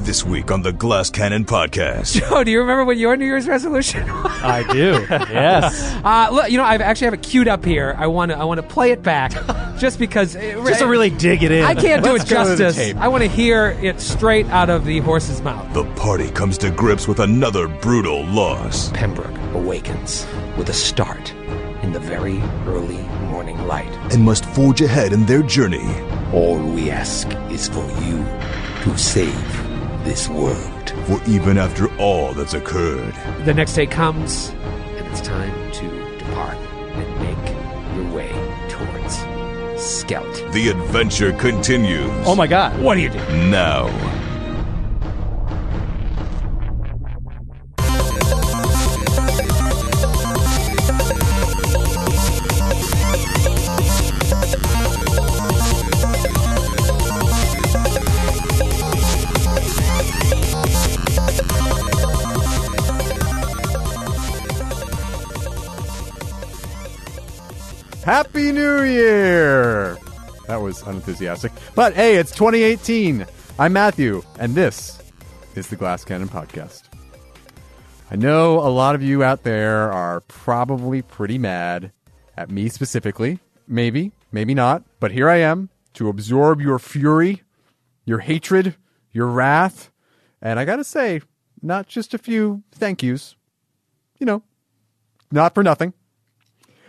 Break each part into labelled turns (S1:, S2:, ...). S1: This week on the Glass Cannon Podcast.
S2: Joe, Oh, do you remember what your New Year's resolution was?
S3: I do. Yes.
S2: Uh, look, you know, I have actually have it queued up here. I want to, I want to play it back, just because. It,
S3: Just to really dig it in.
S2: I can't do
S3: Let's
S2: it
S3: go to the
S2: justice.
S3: tape.
S2: I want to hear it straight out of the horse's mouth.
S1: The party comes to grips with another brutal loss.
S4: Pembroke awakens with a start in the very early morning light.
S1: and must forge ahead in their journey.
S4: All we ask is for you to save this world.
S1: For even after all that's occurred,
S2: The next day comes.
S4: And it's time to depart and make your way towards Skelt.
S1: the adventure continues.
S3: Oh my god.
S2: What do you do?
S1: Now,
S5: Happy New Year! That was unenthusiastic. But hey, it's 2018. I'm Matthew, and this is the Glass Cannon Podcast. I know a lot of you out there are probably pretty mad at me specifically. Maybe, maybe not. But here I am to absorb your fury, your hatred, your wrath. And I gotta say, not just a few thank yous. You know, not for nothing.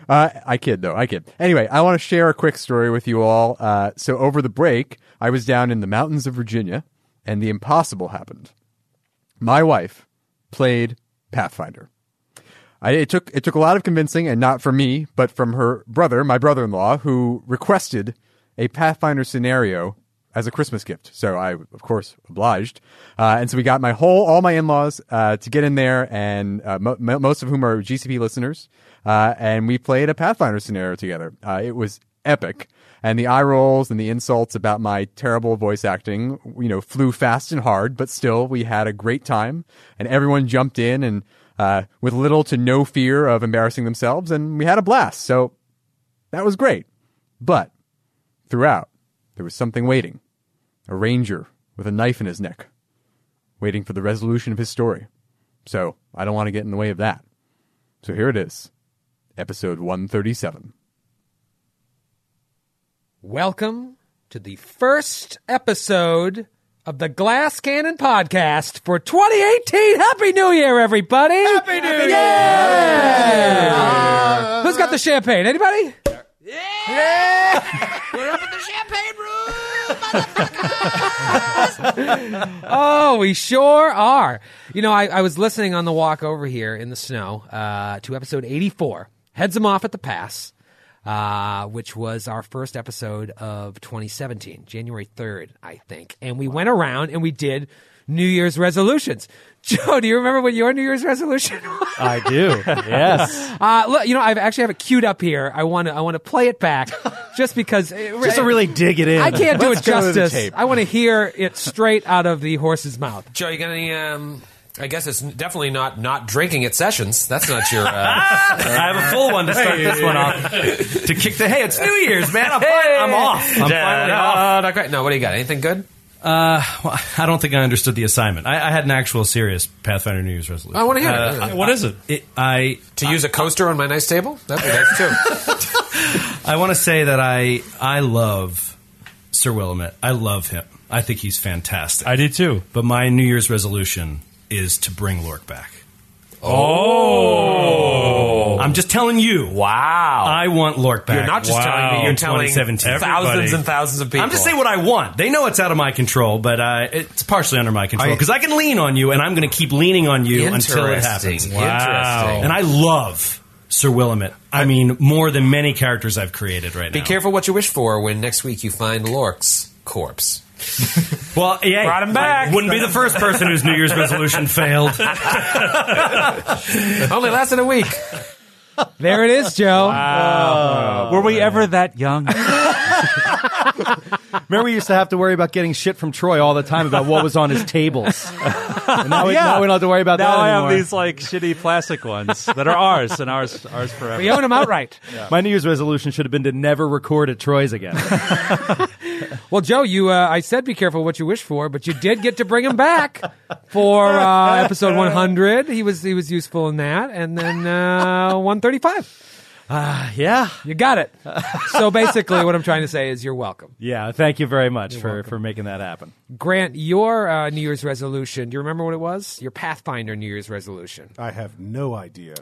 S5: Uh, I kid though. I kid. Anyway, I want to share a quick story with you all. Uh, so over the break, I was down in the mountains of Virginia, and the impossible happened. My wife played Pathfinder. I, it took it took a lot of convincing, and not from me, but from her brother, my brother-in-law, who requested a Pathfinder scenario as a Christmas gift. So I, of course, obliged, uh, and so we got my whole all my in-laws uh, to get in there, and uh, mo- mo- most of whom are GCP listeners, uh, and we played a Pathfinder scenario together. Uh, it was epic. And the eye rolls and the insults about my terrible voice acting, you know, flew fast and hard, but still we had a great time and everyone jumped in and uh, with little to no fear of embarrassing themselves and we had a blast. So that was great. But throughout, there was something waiting a ranger with a knife in his neck, waiting for the resolution of his story. So I don't want to get in the way of that. So here it is, episode 137.
S2: Welcome to the first episode of the Glass Cannon Podcast for 2018. Happy New Year, everybody! Happy New Year! Who's got the champagne? Anybody? Oh, we sure are. You know, I, I was listening on the walk over here in the snow uh, to episode 84, Heads Them Off at the Pass, uh, which was our first episode of 2017, January 3rd, I think. And we went around and we did New Year's resolutions. Joe, do you remember what your New Year's resolution was?
S3: I do. Yes.
S2: Uh, look, you know, I actually have it queued up here. I want to, I want to play it back, just because.
S3: Just to really dig it in.
S2: I can't do it
S3: go to the
S2: justice.
S3: tape.
S2: I want to hear it straight out of the horse's mouth.
S6: Joe, you got any? Um, I guess it's definitely not not drinking at sessions. That's not your. Uh,
S7: I have a full one to start this one off. to kick the hey, it's New Year's, man. I'm, fin- I'm off. I'm finally off.
S6: not great. No, what do you got? Anything good?
S7: Uh, well, I don't think I understood the assignment. I, I had an actual serious Pathfinder New Year's resolution.
S6: I wanna hear it.
S7: what is it? I
S6: To use a coaster on my nice table? That'd be nice too.
S7: I want to say that I I love Sir Willamette. I love him. I think he's fantastic. I do too. But my New Year's resolution is to bring Lork back. Oh, I'm just telling you.
S6: wow.
S7: I want Lork back.
S6: you're not just telling me. You're telling
S7: 2017.
S6: thousands and thousands of people.
S7: I'm just saying what I want. They know it's out of my control, but uh, it's partially under my control
S6: I-
S7: because I, can lean on you, and I'm going to keep leaning on you until it happens.
S6: Interesting. Interesting.
S7: And I love Sir Willamette. I mean, more than many characters I've created right
S6: Be
S7: now.
S6: careful what you wish for when next week you find Lork's corpse.
S7: Well, yeah,
S6: Brought him back.
S7: I wouldn't be the first person whose New Year's resolution failed.
S6: Only lasted a week.
S2: There it is, Joe. Uh,
S8: Oh.
S3: Were we ever that young?
S8: Remember, we used to have to worry about getting shit from Troy all the time about what was on his tables. And now, we,
S3: Yeah.
S8: now we don't have to worry about
S3: now
S8: that
S3: I
S8: anymore.
S3: have these like shitty plastic ones that are ours and ours ours forever.
S2: We own them outright.
S8: My New Year's resolution should have been to never record at Troy's again.
S2: Well, Joe, you uh, I said be careful what you wish for, but you did get to bring him back for uh, episode 100. He was he was useful in that, and then uh, 135.
S8: yeah.
S2: You got it. So basically, what I'm trying to say is you're welcome.
S8: Yeah. Thank you very much for, for making that happen.
S2: Grant, your uh, New Year's resolution. Do you remember what it was? Your Pathfinder New Year's resolution.
S9: I have no idea.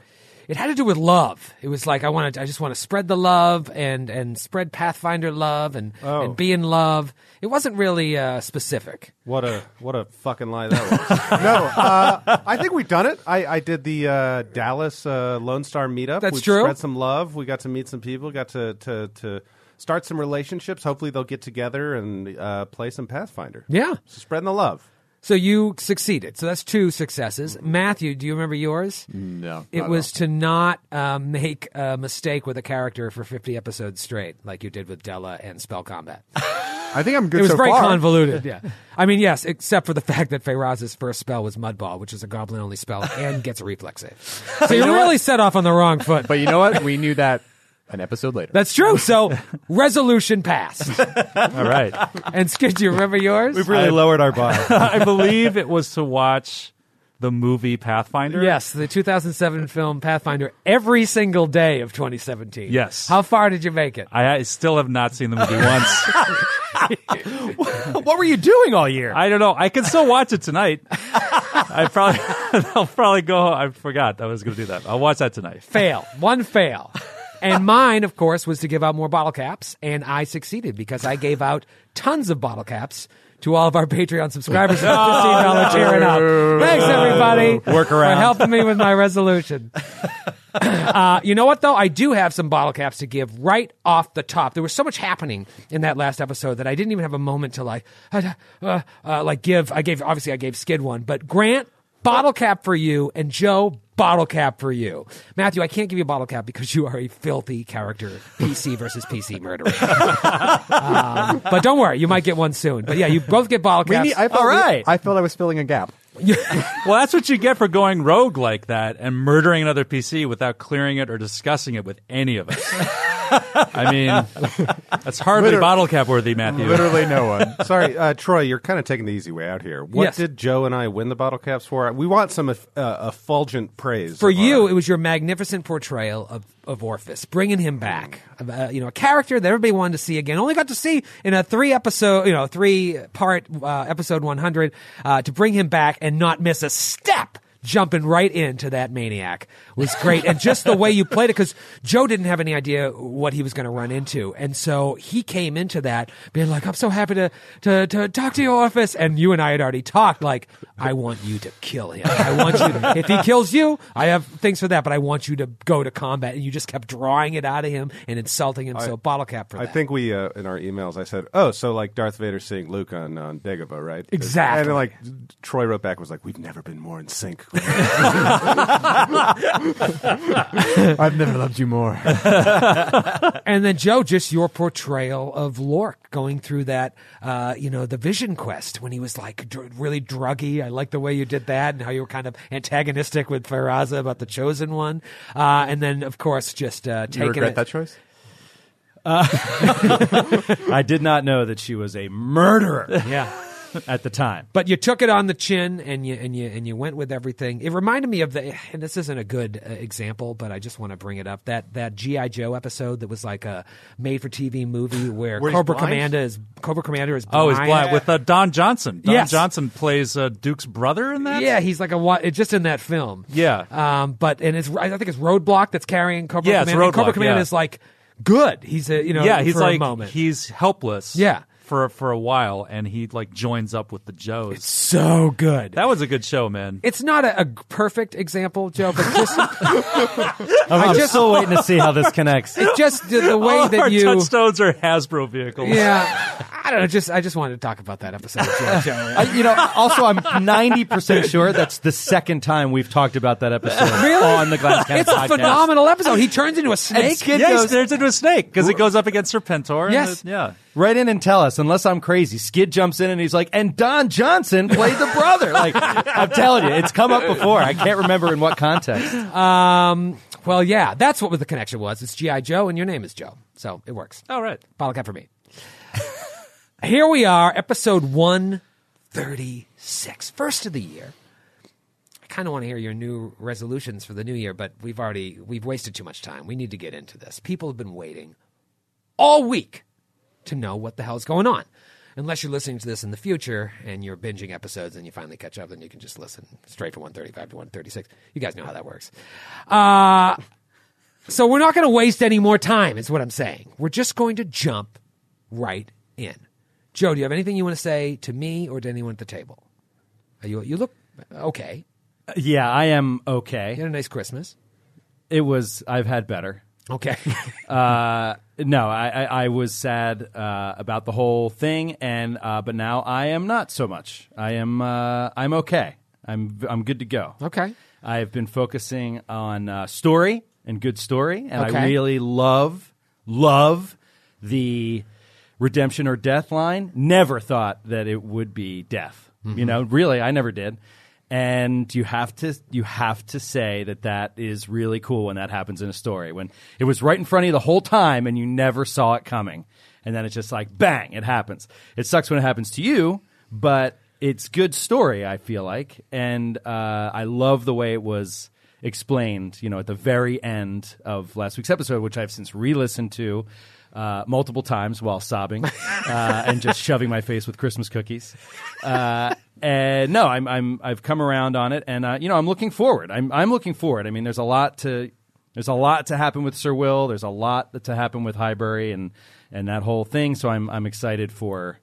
S2: It had to do with love. It was like I want to. I just want to spread the love and and spread Pathfinder love and
S10: Oh.
S2: and be in love. It wasn't really uh, specific.
S10: What a what a fucking lie that was.
S9: No, uh,
S10: I think we've done it. I, I did the uh, Dallas uh, Lone Star meetup.
S2: That's
S10: we
S2: true.
S10: Spread some love. We got to meet some people. Got to to, to start some relationships. Hopefully they'll get together and uh, play some Pathfinder.
S2: Yeah.
S10: So spreading the love.
S2: So you succeeded. So that's two successes. Matthew, do you remember yours?
S5: Mm-hmm. No,
S2: It
S5: not
S2: was to not uh, make a mistake with a character for 50 episodes straight, like you did with Della and Spell Combat.
S5: I think I'm good
S2: It was
S5: so
S2: very
S5: far.
S2: convoluted. Yeah. I mean, yes, except for the fact that Feyraz's first spell was Mudball, which is a goblin only spell and gets a reflex save. So you really set off on the wrong foot.
S5: But you know what? We knew that an episode later.
S2: That's true. So resolution passed.
S8: All right.
S2: And Skid, do you remember yours?
S8: We've really lowered our bar.
S3: I believe it was to watch the movie Pathfinder.
S2: Yes, the 2007 film Pathfinder every single day of 2017.
S3: Yes.
S2: How far did you make it?
S3: I, I still have not seen the movie once.
S8: what were you doing all year?
S3: I don't know. I can still watch it tonight. I probably, I'll probably go. I forgot I was going to do that. I'll watch that tonight.
S2: fail. One fail. And mine, of course, was to give out more bottle caps, and I succeeded because I gave out tons of bottle caps to all of our Patreon subscribers at fifteen dollar cheer it up. Thanks everybody for
S8: Workaround.
S2: helping me with my resolution. Uh, you know what though? I do have some bottle caps to give right off the top. There was so much happening in that last episode that I didn't even have a moment to like, uh, uh, uh, like give. I gave obviously I gave Skid one, but Grant bottle cap for you and Joe bottle cap for you. Matthew, I can't give you a bottle cap because you are a filthy character, PC versus PC murderer. Um, but don't worry, you might get one soon. But yeah, you both get bottle
S5: We
S2: caps.
S5: need- I felt
S8: All right.
S5: I felt I was filling a gap.
S3: Well, that's what you get for going rogue like that and murdering another PC without clearing it or discussing it with any of us. I mean, that's hardly
S5: Liter-
S3: bottle cap worthy, Matthew.
S5: Literally no one.
S10: Sorry, uh, Troy, you're kind of taking the easy way out here. What
S2: Yes.
S10: did Joe and I win the bottle caps for? We want some eff- uh, effulgent praise
S2: for
S10: of
S2: you,
S10: our-
S2: it was your magnificent portrayal of, of Orpheus, bringing him back.
S10: Mm-hmm.
S2: Uh, you know, a character that everybody wanted to see again. Only got to see in a three episode, you know, three part uh, episode 100 uh, to bring him back and not miss a step. Jumping right into that maniac was great, and just the way you played it, because Joe didn't have any idea what he was going to run into, and so he came into that being like, "I'm so happy to to to talk to you, Orpheus," and you and I had already talked. Like, I want you to kill him. I want you. If he kills you, I have things for that, but I want you to go to combat. And you just kept drawing it out of him and insulting him. so bottle cap for
S10: I
S2: that.
S10: think we uh, in our emails I said, "Oh, so like Darth Vader seeing Luke on on Dagobah, right?"
S2: Exactly.
S10: And then, like Troy wrote back was like, "We've never been more in sync."
S5: I've never loved you more.
S2: and then Joe, just your portrayal of Lork going through that, uh, you know, the vision quest when he was like dr- really druggy. I like the way you did that and how you were kind of antagonistic with Faraza about the chosen one. Uh, and then of course just uh,
S5: You
S2: taking
S5: regret
S2: it.
S5: that choice?
S8: I did not know that she was a murderer
S2: yeah.
S8: at the time.
S2: but you took it on the chin and you and you and you went with everything. It reminded me of the and this isn't a good uh, example, but I just want to bring it up that that GI Joe episode that was like a made for TV movie where,
S9: Where he's
S2: Cobra
S9: blind?
S2: Commander is Cobra Commander is blind.
S3: Oh, he's blind with uh, Don Johnson. Don
S2: Yes.
S3: Johnson plays uh, Duke's brother in that.
S2: Yeah, he's like a wa- it's just in that film.
S3: Yeah.
S2: Um, but and it's I think it's Roadblock that's carrying Cobra
S3: Yeah, it's
S2: Commander. And Cobra
S3: Roadblock,
S2: Commander
S3: yeah.
S2: is like good. He's a you know
S3: yeah. He's
S2: for
S3: like
S2: a moment.
S3: he's helpless.
S2: Yeah.
S3: for for a while, and he like joins up with the Joes.
S2: so good.
S3: that was a good show, man.
S2: it's not a, a perfect example, Joe, but just
S8: I'm, I'm still waiting to see how this connects.
S2: it just the, the way
S3: All
S2: that
S3: our
S2: you
S3: touchstones are Hasbro vehicles.
S2: Yeah, I don't know. Just I just wanted to talk about that episode. of G.I.
S8: uh,
S2: Joe.
S8: I, you know, also, I'm 90% sure that's the second time we've talked about that episode on the Glass Cannon
S2: It's a
S8: podcast.
S2: phenomenal episode. He turns into a snake.
S8: Skid
S3: yeah, he
S8: goes-
S3: turns into a snake because it goes up against Serpentor. and
S2: Yes.
S3: it- yeah.
S8: Write in and tell us, unless I'm crazy. Skid jumps in and he's like, and Don Johnson played the brother. Like, I'm telling you, it's come up before. I can't remember in what context.
S2: Um. Well, yeah, that's what the connection was. It's GI Joe, and your name is Joe, so it works.
S3: All right.
S2: Bottle cap for me. Here we are, episode 136, first of the year. I kind of want to hear your new resolutions for the new year, but we've already we've wasted too much time. We need to get into this. People have been waiting all week to know what the hell's going on. Unless you're listening to this in the future and you're binging episodes and you finally catch up, then you can just listen straight from 135 to 136. You guys know how that works. Uh, so we're not going to waste any more time, is what I'm saying. We're just going to jump right in. Joe, do you have anything you want to say to me or to anyone at the table? Are you, you look uh, okay.
S8: Uh, Yeah, I am okay. You
S2: had a nice Christmas.
S8: It was. I've had better.
S2: Okay.
S8: uh, no, I, I, I was sad uh, about the whole thing, and uh, but now I am not so much. I am. Uh, I'm okay. I'm. I'm good to go.
S2: Okay.
S8: I've been focusing on uh, story and good story, and I
S2: Okay.
S8: really love love the redemption or death line. Never thought that it would be death. You
S2: Mm-hmm.
S11: Mhm.
S8: know, really, I never did. And you have to you have to say that that is really cool when that happens in a story when it was right in front of you the whole time and you never saw it coming, and then it's just like bang, it happens. It sucks when it happens to you, but it's good story. I feel like, and uh, I love the way it was explained, you know, at the very end of last week's episode, which I've since re-listened to uh, multiple times while sobbing uh, and just shoving my face with Christmas cookies. Uh, and no, I'm, I'm I've come around on it, and uh, you know, I'm looking forward. I'm I'm looking forward. I mean, there's a lot to there's a lot to happen with Sir Will. There's a lot to happen with Highbury and and that whole thing. So I'm I'm excited for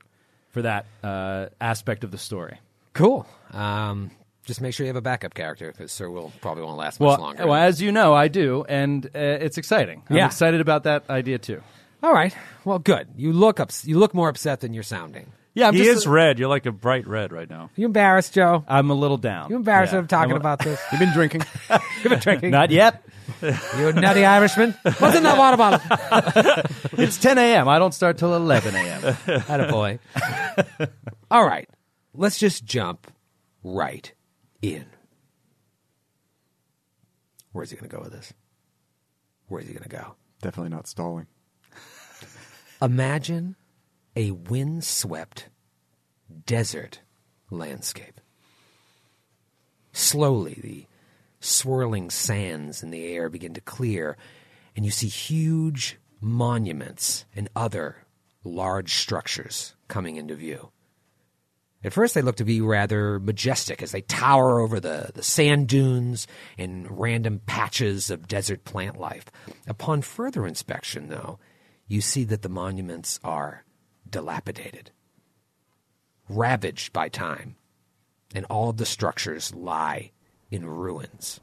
S8: for that uh, aspect of the story.
S2: Cool. Um, just make sure you have a backup character because Sir Will probably won't last much
S8: Well,
S2: longer.
S8: well, as you know, I do, and uh, it's exciting. I'm
S2: Yeah.
S8: excited about that idea too.
S2: All right. Well, good. You look ups- You look more upset than you're sounding.
S8: Yeah, I'm
S3: he
S8: just-
S3: is red. You're like a bright red right now.
S2: You embarrassed, Joe?
S8: I'm a little down.
S2: You embarrassed
S3: Yeah.
S2: of talking
S3: I'm a-
S2: about this?
S5: You've been drinking.
S2: You've been drinking.
S8: Not yet.
S2: You nutty Irishman. What's in that water bottle?
S8: it's 10 a.m. I don't start till 11 a.m.
S2: Attaboy. All right. Let's just jump right in. Where's he going to go with this? Where's he going to go?
S5: Definitely not stalling.
S2: Imagine a windswept desert landscape. Slowly, the swirling sands in the air begin to clear, and you see huge monuments and other large structures coming into view. At first, they look to be rather majestic as they tower over the, the sand dunes and random patches of desert plant life. Upon further inspection, though, you see that the monuments are dilapidated, ravaged by time, and all of the structures lie in ruins.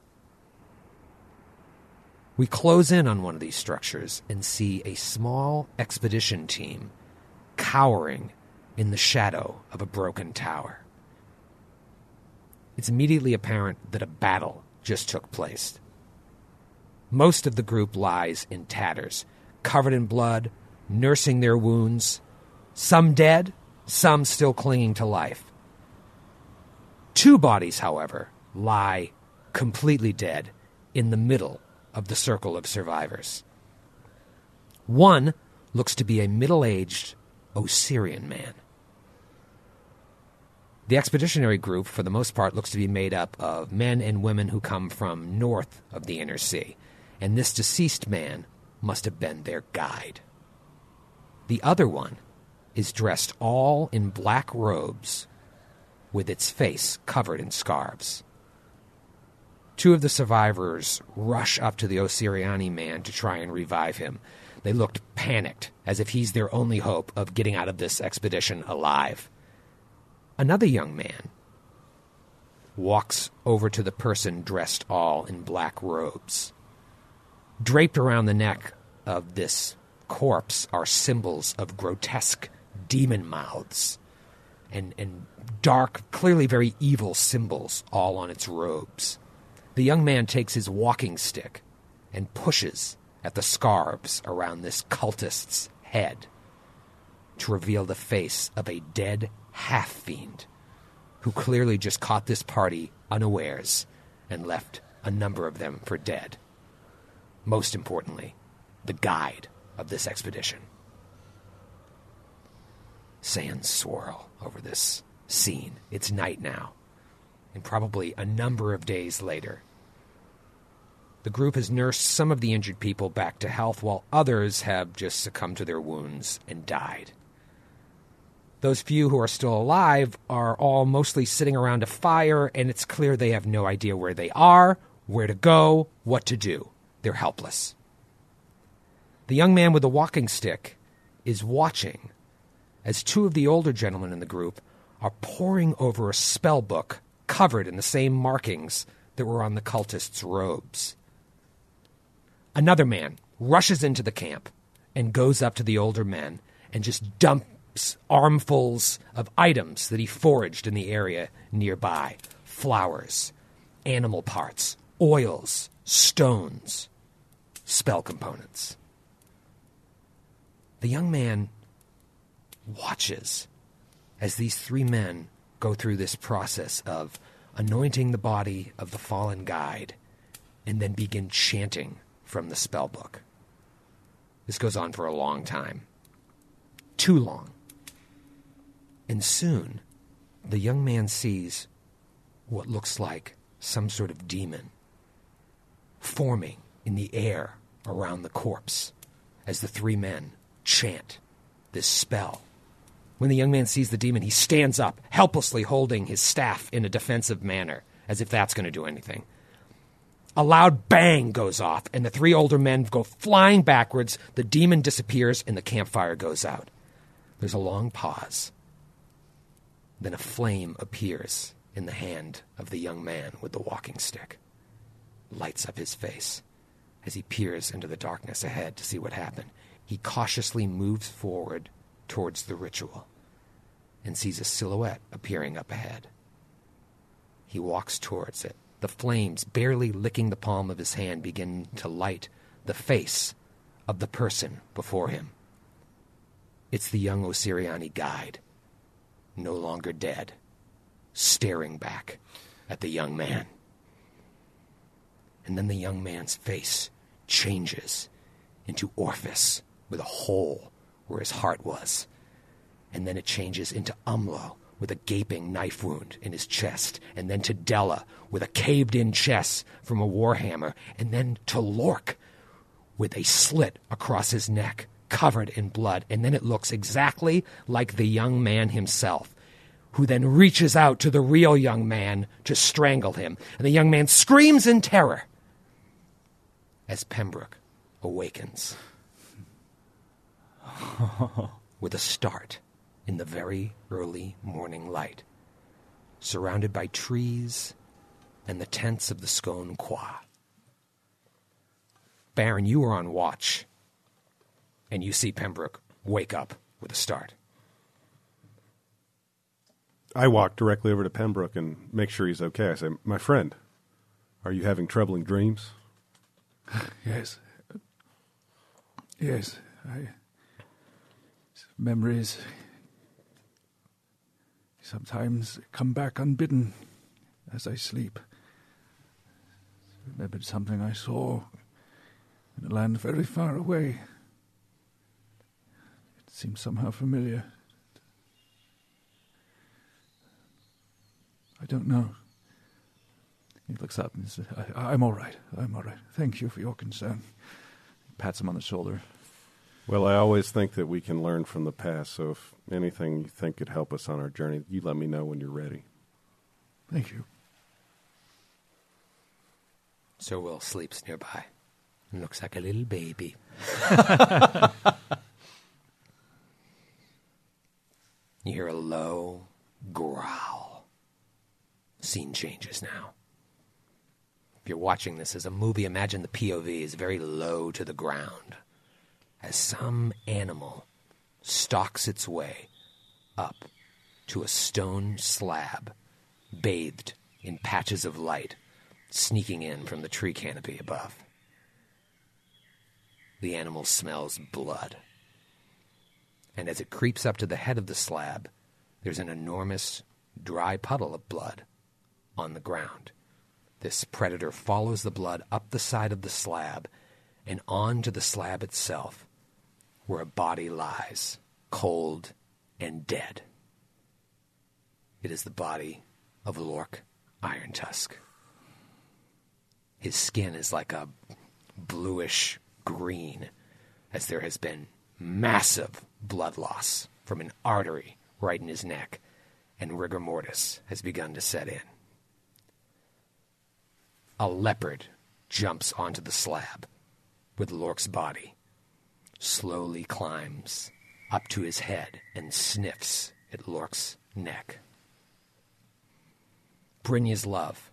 S2: We close in on one of these structures and see a small expedition team cowering in the shadow of a broken tower. It's immediately apparent that a battle just took place. Most of the group lies in tatters, covered in blood, nursing their wounds, some dead, some still clinging to life. Two bodies, however, lie completely dead in the middle of the circle of survivors. One looks to be a middle aged Osirian man. The expeditionary group, for the most part, looks to be made up of men and women who come from north of the inner sea, and this deceased man must have been their guide. The other one is dressed all in black robes, with its face covered in scarves. Two of the survivors rush up to the Osiriani man to try and revive him. They looked panicked, as if he's their only hope of getting out of this expedition alive. Another young man walks over to the person dressed all in black robes. Draped around the neck of this corpse are symbols of grotesque demon mouths and, and dark, clearly very evil symbols all on its robes. The young man takes his walking stick and pushes at the scarves around this cultist's head to reveal the face of a dead half fiend who clearly just caught this party unawares and left a number of them for dead. Most importantly, the guide of this expedition.
S4: sands swirl over this scene. It's night now, and probably a number of days later. The group has nursed some of the injured people back to health, while others have just succumbed to their wounds and died. Those few who are still alive are all mostly sitting around a fire, and it's clear they have no idea where they are, where to go, what to do. They're helpless. The young man with the walking stick is watching as two of the older gentlemen in the group are poring over a spell book covered in the same markings that were on the cultists' robes. Another man rushes into the camp and goes up to the older men and just dumps armfuls of items that he foraged in the area nearby flowers, animal parts, oils, stones, spell components. The young man watches as these three men go through this process of anointing the body of the fallen guide and then begin chanting from the spell book. This goes on for a long time. Too long. And soon, the young man sees what looks like some sort of demon forming in the air around the corpse as the three men chant this spell. When the young man sees the demon, he stands up, helplessly holding his staff in a defensive manner, as if that's going to do anything. A loud bang goes off, and the three older men go flying backwards. The demon disappears, and the campfire goes out. There's a long pause. Then a flame appears in the hand of the young man with the walking stick, lights up his face as he peers into the darkness ahead to see what happened. He cautiously moves forward towards the ritual and sees a silhouette appearing up ahead. He walks towards it. The flames, barely licking the palm of his hand, begin to light the face of the person before him. It's the young Osiriani guide, no longer dead, staring back at the young man. And then the young man's face changes into Orpheus with a hole where his heart was. And then it changes into Umlo with a gaping knife wound in his chest, and then to Della with a caved in chest from a warhammer, and then to Lork with a slit across his neck covered in blood. And then it looks exactly like the young man himself. Who then reaches out to the real young man to strangle him. And the young man screams in terror as Pembroke awakens with a start in the very early morning light, surrounded by trees and the tents of the Scone Qua. Baron, you are on watch, and you see Pembroke wake up with a start.
S10: I walk directly over to Pembroke and make sure he's okay. I say, "My friend, are you having troubling dreams?"
S11: Yes. Yes. I. Memories sometimes come back unbidden as I sleep. Remembered something I saw in a land very far away. It seems somehow familiar. I don't know. He looks up and says, I, I'm all right. I'm all right. Thank you for your concern. He pats him on the shoulder.
S10: Well, I always think that we can learn from the past. So if anything you think could help us on our journey, you let me know when you're ready.
S11: Thank you.
S4: Sir Will sleeps nearby and looks like a little baby. you hear a low growl. Scene changes now. If you're watching this as a movie, imagine the POV is very low to the ground as some animal stalks its way up to a stone slab bathed in patches of light sneaking in from the tree canopy above. The animal smells blood. And as it creeps up to the head of the slab, there's an enormous dry puddle of blood on the ground. This predator follows the blood up the side of the slab and on to the slab itself, where a body lies, cold and dead. It is the body of Lork Iron Tusk. His skin is like a bluish green, as there has been massive blood loss from an artery right in his neck, and rigor mortis has begun to set in. A leopard jumps onto the slab with Lork's body, slowly climbs up to his head, and sniffs at Lork's neck. Brynja's love,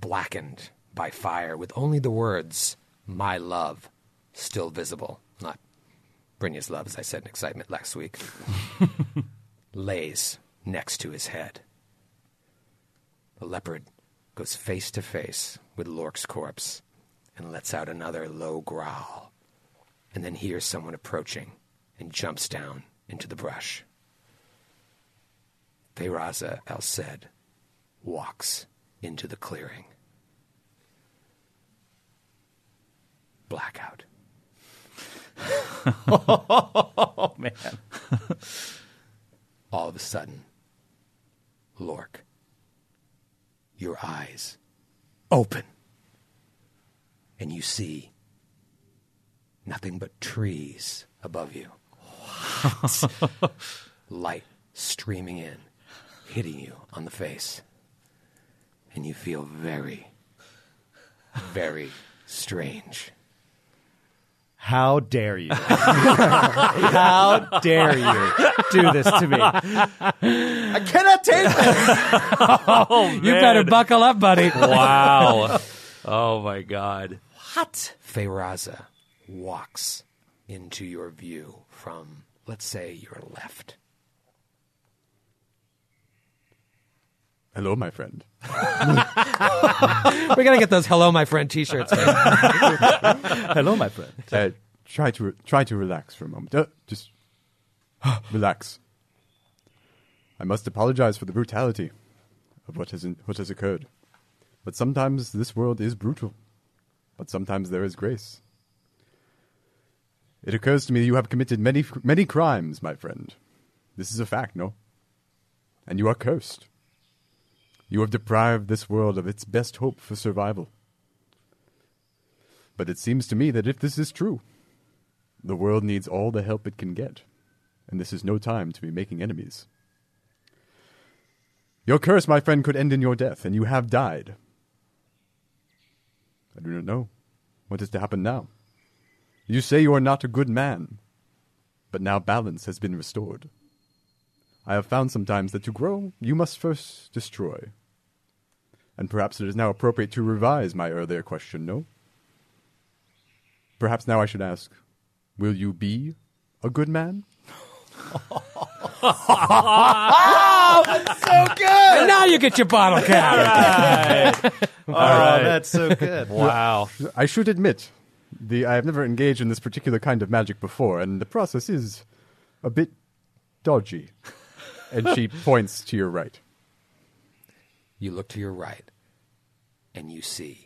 S4: blackened by fire, with only the words, my love, still visible. Not Brynja's love, as I said in excitement last week, lays next to his head. The leopard goes face to face with Lork's corpse and lets out another low growl, and then hears someone approaching and jumps down into the brush. Feyraza El Said walks into the clearing. Blackout.
S8: oh man.
S4: All of a sudden, Lork, your eyes open. And you see nothing but trees above you. Light streaming in, hitting you on the face. And you feel very, very strange.
S8: How dare you? How dare you do this to me?
S4: I cannot take this.
S2: you better buckle up, buddy.
S3: Oh, wow. Oh my God.
S4: What? Feyraza walks into your view from, let's say, your left.
S5: Hello, my friend.
S2: We're gonna get those "Hello, my friend" T-shirts. man.
S5: Hello, my friend. Uh, try to try to relax for a moment. Uh, just relax. I must apologize for the brutality of what has what has occurred. But sometimes this world is brutal. But sometimes there is grace. It occurs to me you have committed many many crimes, my friend. This is a fact, no? And you are cursed. You have deprived this world of its best hope for survival. But it seems to me that if this is true, the world needs all the help it can get, and this is no time to be making enemies. Your curse, my friend, could end in your death, and you have died. I do not know what is to happen now. You say you are not a good man, but now balance has been restored. I have found sometimes that to grow, you must first destroy. And perhaps it is now appropriate to revise my earlier question, no? Perhaps now I should ask Will you be a good man?
S2: oh, that's so good. And now you get your bottle cap.
S5: All
S2: right. Oh, that's so good. Wow.
S5: I should admit, the I have never engaged in this particular kind of magic before, and the process is a bit dodgy. And she points to your right.
S4: You look to your right, and you see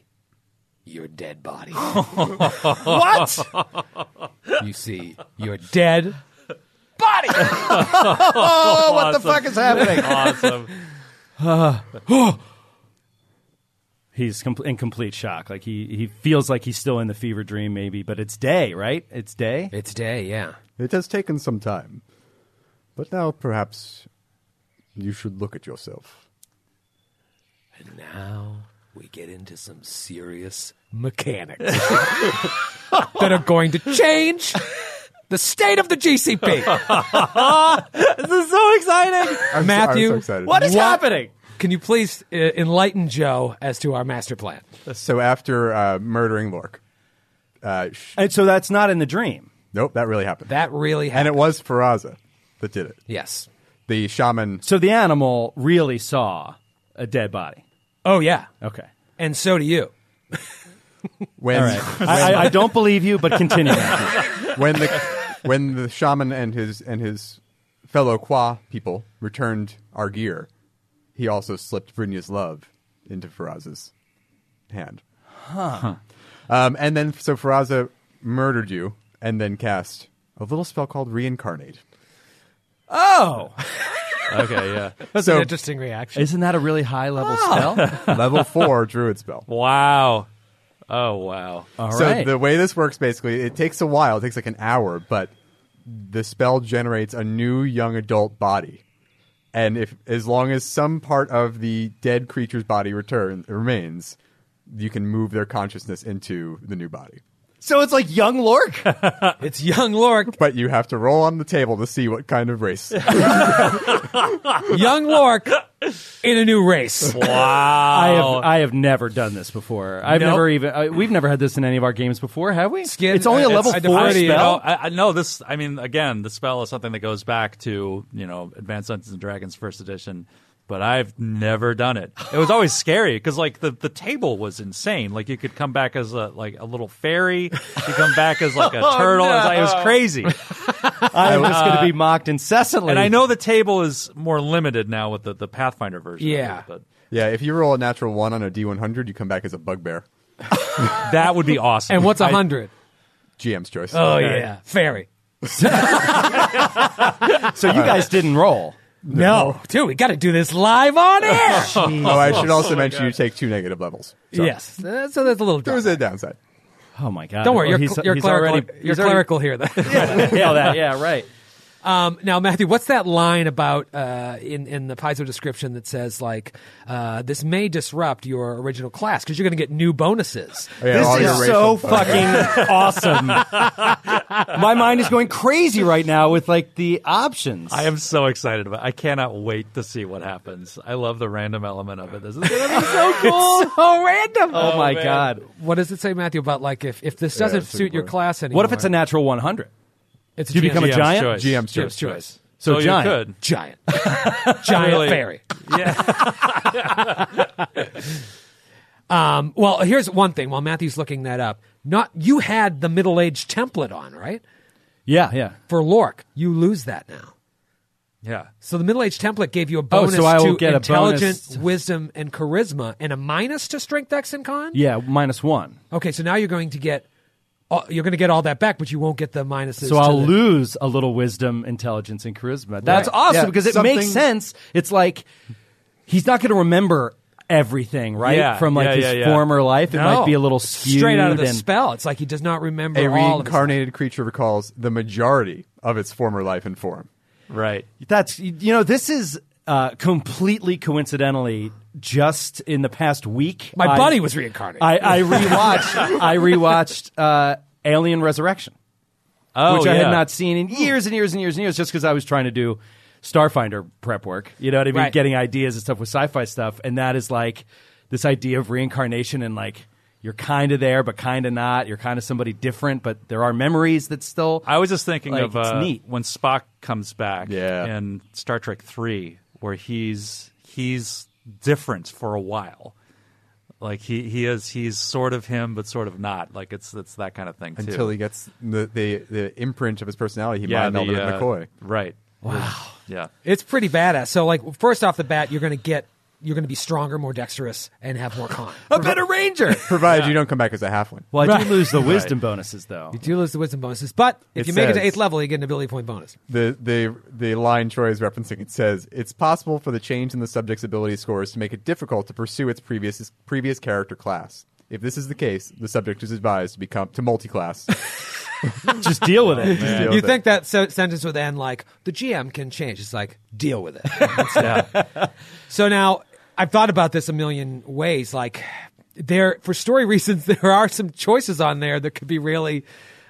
S4: your dead body.
S2: What?
S4: You see your
S2: Dead
S4: body.
S2: Oh,
S4: what the fuck is happening?
S8: Awesome. He's com- in complete shock. Like he, he feels like he's still in the fever dream, maybe, but it's day, right? It's day.
S4: It's day, yeah.
S5: It has taken some time. But now perhaps you should look at yourself.
S4: And now we get into some serious mechanics
S2: that are going to change the state of the GCP.
S8: this is so exciting.
S2: I'm Matthew,
S5: so excited.
S8: What is happening?
S2: Can you please uh, enlighten Joe as to our master plan?
S5: So after uh, murdering Lork. Uh, sh-
S8: and so that's not in the dream.
S5: Nope, that really happened.
S2: That really
S5: happened. And it was Faraza that did it.
S2: Yes.
S5: The shaman.
S8: So the animal really saw a dead body.
S2: Oh yeah.
S8: Okay.
S2: And so do you.
S5: When,
S8: All right. I, I- I don't believe you, but continue.
S5: when the when the shaman and his and his fellow Kwa people returned our gear, he also slipped Brynja's love into Faraz's hand.
S8: Huh.
S5: Um, and then so Faraza murdered you and then cast a little spell called reincarnate.
S8: Oh.
S3: Okay, yeah.
S2: That's
S5: So- Ah.
S2: an interesting reaction.
S8: Isn't that a really high level spell?
S5: Level four druid spell.
S3: Wow. Oh wow.
S8: All
S5: so
S8: right.
S5: the way this works basically, it takes a while. It takes like an hour, but the spell generates a new young adult body, and if as long as some part of the dead creature's body return remains, you can move their consciousness into the new body.
S8: So it's like young Lork.
S2: Uh, it's young Lork,
S5: but you have to roll on the table to see what kind of race.
S2: young Lork in a new race.
S8: I
S2: Wow.
S8: have I have never done this before. I've
S2: Nope.
S8: never even I, we've never had this in any of our games before, have we?
S2: Skin-
S8: uh, it's only a level four
S3: I, you know,
S8: spell.
S3: I, I no, this. I mean, again, the spell is something that goes back to you know Advanced Dungeons and Dragons First Edition, but I've never done it. It was always scary because like the, the table was insane. Like you could come back as a like a little fairy, you come back as like a
S8: Oh,
S3: turtle. It was like- it was
S8: no.
S3: crazy. uh,
S8: I'm just going to be mocked incessantly.
S3: And I know the table is more limited now with the, the Pathfinder version. of
S8: Yeah.
S3: it, but
S5: yeah, if you roll a natural one on a D100, you come back as a bugbear.
S3: that would be awesome.
S2: And what's a
S5: I-
S2: hundred?
S5: GM's choice.
S2: Oh yeah, fairy.
S8: so you guys didn't roll.
S2: No, Oh, dude, we got to do this live on air.
S5: Oh, I should also mention you take two negative levels. Sorry.
S2: Yes, Uh, so that's a little.
S5: There was a downside.
S8: Oh my god!
S2: Don't worry,
S8: Well,
S2: you're,
S8: he's-
S2: cl- you're
S8: he's
S2: clerical.
S8: already-
S2: you're
S8: he's already-
S2: clerical here, though.
S8: yeah, that, yeah, right.
S2: Um, now, Matthew, what's that line about uh, in in the Paizo description that says like uh, this may disrupt your original class because you're going to get new bonuses?
S5: Oh, Yeah, all
S8: this
S5: your
S8: is so
S5: racial
S8: fucking awesome. My mind is going crazy right now with like the options.
S3: I am so excited about. I cannot wait to see what happens. I love the random element of it. This is gonna be so cool.
S2: so random.
S8: Oh, my god!
S2: What does it say, Matthew, about like if, if this doesn't
S5: that's a
S2: suit
S5: good
S2: your
S5: point.
S2: class anymore?
S8: What if it's a natural 100?
S2: It's a
S8: you become a
S2: GM's
S8: giant?
S3: choice.
S5: GM's
S2: GM's
S5: choice.
S2: choice.
S8: So,
S3: Oh, you
S8: giant.
S3: could.
S2: Giant, giant
S3: Really?
S2: fairy.
S3: Yeah.
S2: Um, well, here's one thing. While Matthew's looking that up, not you had the middle age template on, right?
S8: Yeah, yeah.
S2: For Lork, you lose that now.
S3: Yeah.
S2: So the middle age template gave you a
S8: Oh,
S2: bonus
S8: so I will
S2: to
S8: get a
S2: intelligence,
S8: bonus.
S2: wisdom, and charisma, and a minus to strength, dex, and con.
S8: Yeah, minus 1.
S2: Okay, so now you're going to get all, you're going to get all that back, but you won't get the minuses.
S8: So I'll
S2: to the-
S8: lose a little wisdom, intelligence, and charisma. That's
S5: Right.
S8: awesome
S5: Yeah,
S8: because it
S5: something-
S8: makes sense. It's like he's not going to remember everything, right?
S3: Yeah,
S8: From like
S3: yeah,
S8: his
S3: yeah, yeah.
S8: former life, it might
S2: No.
S8: be a little skewed.
S2: straight out of the
S8: and-
S2: spell. It's like he does not remember
S5: A
S2: all of his-
S5: reincarnated creature recalls the majority of its former life and form.
S3: Right.
S8: That's you know this is uh, completely coincidentally just in the past week.
S2: My
S8: I-
S2: buddy was reincarnated.
S8: I, I rewatched. I rewatched uh, Alien Resurrection,
S3: Oh,
S8: which
S3: yeah.
S8: I had not seen in years and years and years and years, just because I was trying to do Starfinder prep work. You know what I mean?
S2: Right.
S8: Getting ideas and stuff with sci-fi stuff, and that is like this idea of reincarnation and like. You're kind of there, but kind of not. You're kind of somebody different, but there are memories that still.
S3: I was just thinking
S8: Like,
S3: of
S8: it's
S3: uh,
S8: neat.
S3: when Spock comes back
S5: Yeah.
S3: in Star Trek Three, where he's he's different for a while. Like he, he is he's sort of him, but sort of not. Like it's it's that kind of thing too.
S5: Until he gets the, the, the imprint of his personality, he
S3: yeah,
S5: mind melded
S3: the,
S5: with
S3: uh,
S5: McCoy.
S3: Right. Wow. Yeah.
S2: It's pretty badass. So like first off the bat, you're going to get you're going to be stronger, more dexterous, and have more con.
S8: a better ranger.
S5: Provided you don't come back as a halfling.
S8: Well, I do lose the wisdom bonuses though.
S2: You do lose the wisdom bonuses, but if
S5: It
S2: you make it to
S5: says-
S2: eighth level, you get an ability point bonus.
S5: the the the line Troy is referencing it says it's possible for the change in the subject's ability scores to make it difficult to pursue its previous previous character class. If this is the case, the subject is advised to become to multi-class.
S8: Just deal with it.
S5: Just deal
S2: you
S5: with it.
S2: think that so- sentence would end like the GM can change? It's like deal with it. Yeah. so now I've thought about this a million ways. Like there, for story reasons, there are some choices on there that could be really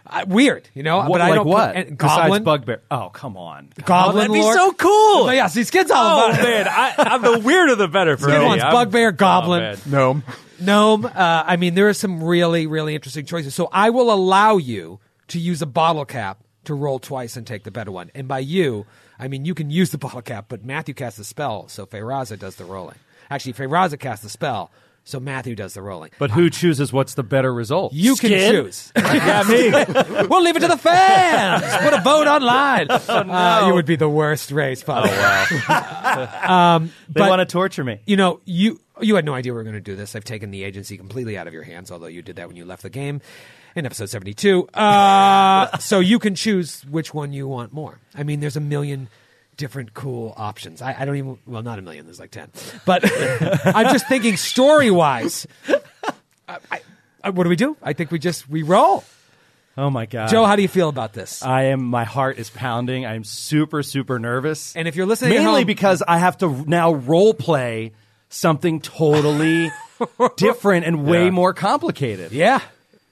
S2: uh, weird. You know,
S8: What-
S2: but I
S8: like
S2: don't.
S8: what?
S2: and
S8: Besides
S2: goblin,
S8: bugbear. Oh, come on.
S2: goblin.
S3: Oh, that'd be
S2: lord.
S3: so cool.
S2: But yeah, so these kids all
S3: Oh
S2: about it.
S3: man, I, I'm the weirder the better for
S2: He
S3: me.
S2: wants
S3: I'm-
S2: bugbear, goblin.
S3: Oh, man.
S5: Gnome.
S2: Gnome. Uh, I mean, there are some really, really interesting choices. So I will allow you to use a bottle cap to roll twice and take the better one. And by you, I mean you can use the bottle cap, but Matthew casts the spell, so Feyraza does the rolling. Actually, Feyraza casts the spell, so Matthew does the rolling.
S8: But who chooses what's the better result?
S2: You can
S8: Skin?
S2: choose. me. we'll leave it to the fans. Put a vote online.
S8: Oh,
S2: Uh, you would be the worst race, by the way.
S8: They
S2: But-
S8: want to torture me.
S2: you know, you you had no idea we were going to do this. I've taken the agency completely out of your hands, although you did that when you left the game in episode 72. Uh, so you can choose which one you want more. I mean, there's a million different cool options. I, I don't even, well, not a million, there's like 10. But I'm just thinking story wise. uh, What do we do? I think we just, we roll.
S8: Oh my god,
S2: Joe, how do you feel about this?
S8: I am. My heart is pounding. I'm super, super nervous.
S2: And if you're listening at
S8: mainly
S2: home-
S8: because I have to now role play something totally different and way
S10: Yeah.
S8: more complicated.
S2: Yeah.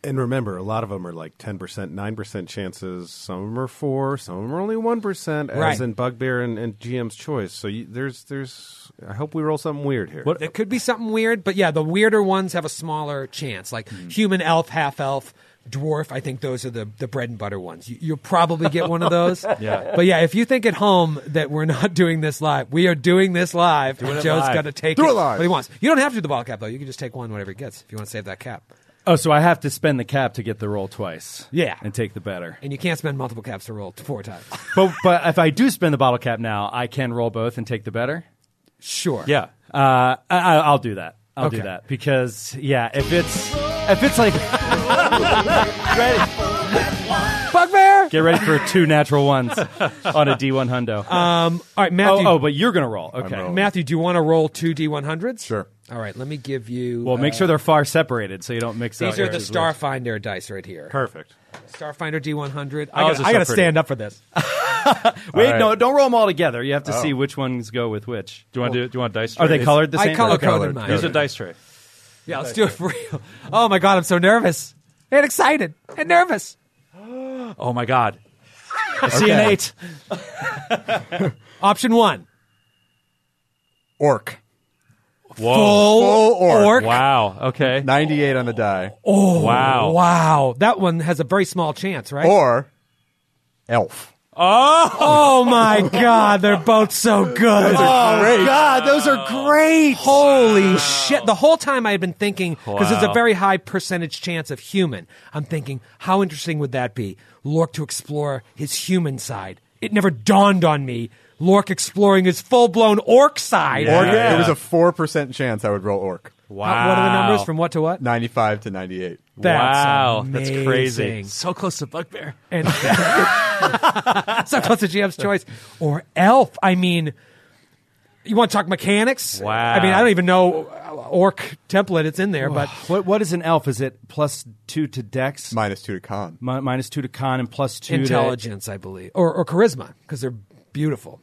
S10: And remember, a lot of them are like 10%, 9% chances. Some of them are 4, some of them are only 1%, as
S2: Right.
S10: in Bugbear and, and GM's Choice. So you, there's, there's, I hope we roll something weird here.
S2: It could be something weird, but yeah, the weirder ones have a smaller chance. Like human, elf, half elf, dwarf. I think those are the, the bread and butter ones. You, you'll probably get one of those.
S4: Yeah.
S2: But yeah, if you think at home that we're not doing this live, we are doing this live.
S4: Doing
S2: and
S4: it
S2: Joe's
S4: live.
S2: got to take
S4: Do
S2: it,
S4: it live.
S2: what he wants. You don't have to do the ball cap though. You can just take one, whatever he gets, if you want to save that cap.
S8: Oh, so I have to spend the cap to get the roll twice.
S2: Yeah.
S8: and take the better.
S2: And you can't spend multiple caps to roll four times.
S8: but but if I do spend the bottle cap now, I can roll both and take the better.
S2: Sure.
S8: Yeah. Uh, I, I- I'll do that. I'll do
S2: Okay.
S8: that because yeah, if it's if it's like ready.
S2: Bugbear,
S8: get ready for two natural ones on a D1 hundo.
S2: Um, all right, Matthew.
S8: Oh, oh, but you're gonna roll. Okay.
S2: Matthew, do you want to roll two D100s?
S8: Sure.
S2: All right, let me give you.
S8: Well, make
S2: uh,
S8: sure they're far separated so you don't mix up.
S2: These are the
S8: yours.
S2: Starfinder dice right here.
S8: Perfect.
S2: Starfinder D100.
S8: Oh,
S2: I gotta,
S8: those are
S2: I
S8: so
S2: gotta
S8: pretty.
S2: stand up for this.
S8: Wait,
S2: All right.
S8: no, don't roll them all together. You have to
S2: Oh.
S8: see which ones go with which.
S3: Do you want to do? Do you want dice?
S8: Are they
S3: trays?
S8: colored the same?
S2: I color coded mine.
S3: Use a dice tray.
S2: Yeah, let's do it for real. Oh my god, I'm so nervous and excited and nervous.
S3: Oh my god. I see an
S2: Okay.
S3: eight.
S2: Option one.
S5: Orc.
S3: Whoa.
S2: Full
S5: Full orc.
S2: orc.
S3: Wow. Okay.
S5: 98 on the die.
S2: Oh wow! That one has a very small chance, right?
S5: Or elf.
S2: oh, oh my god, they're both so good.
S5: Those are Oh, great. God,
S2: those are great. Holy shit! The whole time I had been thinking because it's
S4: Wow.
S2: a very high percentage chance of human. I'm thinking, how interesting would that be? Lork to explore his human side. It never dawned on me. Lork exploring his full blown orc side.
S5: Orc, It was a 4% chance I would roll orc.
S2: How- what are the numbers from what to what?
S5: 95 to 98.
S2: That's Wow, that's crazy. amazing.
S3: So close to Bugbear.
S2: and so close to GM's choice or Elf. I mean, you want to talk mechanics?
S8: Wow.
S2: I mean, I don't even know uh, orc template. It's in there, but
S8: what what is an elf? Is it plus two to dex,
S5: minus two to con,
S8: Mi- minus two to con, and plus two
S2: intelligence, I believe, or, or charisma because they're beautiful.
S8: To,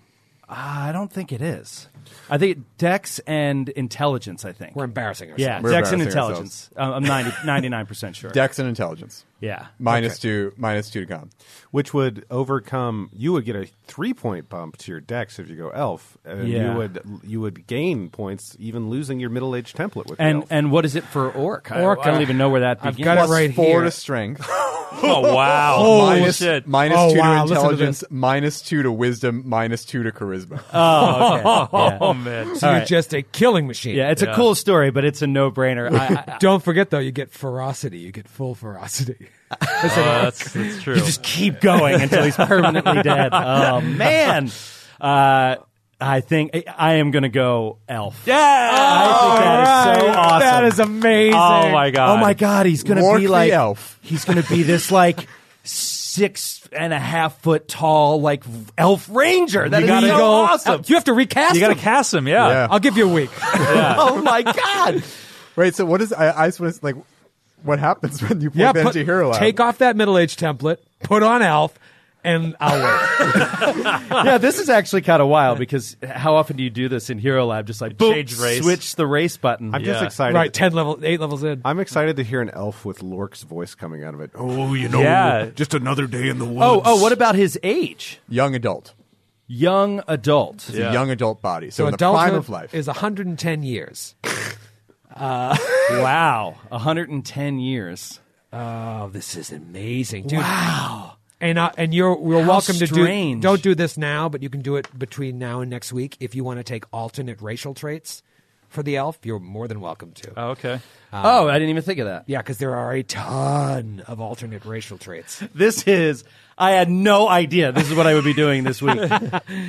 S8: Ah, I don't think it is. I think it- dex and intelligence. I think
S2: We're embarrassing ourselves.
S8: Yeah,
S5: We're
S8: dex and
S5: embarrassing
S8: intelligence. Uh, I'm 99 percent sure.
S5: Dex and intelligence.
S8: Yeah.
S5: Minus two, minus two to con.
S10: Which would overcome, you would get a three point bump to your dex if you go elf. And
S8: Yeah.
S10: you would you would gain points even losing your middle age template with
S8: And
S10: elf.
S8: and what is it for orc? I-
S10: Orc,
S8: I, don't
S10: uh,
S8: even know where that
S10: I've
S8: begins.
S10: got it Plus right
S5: four to strength.
S10: Oh, wow.
S8: Holy
S5: minus,
S8: shit.
S5: minus
S8: Oh,
S5: two
S8: wow,
S5: to
S8: listen to
S5: intelligence, minus two to wisdom, minus two to charisma.
S8: Oh, okay. Yeah.
S3: Oh, man.
S2: So
S8: All
S2: you're
S8: right.
S2: just a killing machine.
S8: Yeah, it's a cool story, but it's a no brainer.
S2: Don't forget though, you get ferocity. You get full ferocity. It's like-
S3: that's- that's true.
S8: You just keep going until he's permanently dead. Oh man, uh, I think I, I am gonna go elf. Yeah, I think that is so
S2: All right.
S8: awesome.
S2: That is amazing.
S8: Oh my god.
S2: Oh my God,
S8: He's gonna
S2: Lork
S8: be
S2: the
S8: like
S2: elf.
S8: He's gonna be this like. Six and a half foot tall, like elf ranger. That
S3: You
S8: is
S3: gotta
S8: so
S3: go-
S8: awesome.
S2: You have to recast.
S3: You got to cast him. Yeah.
S2: I'll give you a week.
S8: Oh my god!
S5: Right. So what is I, I just want to like what happens when you put
S2: Yeah,
S5: that
S2: put-
S5: into hero out?
S2: take off that middle age template, put on elf, and I'll wait.
S8: yeah, this is actually kind of wild because how often do you do this in Hero Lab? Just like boom,
S10: Change race.
S8: switch the race button.
S10: I'm just excited.
S2: Right, ten level, eight levels in.
S10: I'm excited to hear an elf with Lork's voice coming out of it.
S9: Oh, you
S8: know, Yeah.
S9: just another day in the woods.
S8: Oh, oh, what about his age?
S5: Young adult.
S8: Young adult.
S5: It's a young adult body. So, in the prime
S2: adulthood
S5: of life.
S2: is 110 years.
S8: Uh, wow, 110 years.
S2: Oh, this is amazing, dude.
S8: Wow.
S2: And uh, and you're we're
S8: How
S2: welcome to do.
S8: strange.
S2: Don't do this now, but you can do it between now and next week if you want to take alternate racial traits for the elf. You're more than welcome to.
S3: Oh, okay.
S8: oh, I didn't even think of that.
S2: Um, Yeah, because there are a ton of alternate racial traits.
S8: This is. I had no idea. This is what I would be doing this week.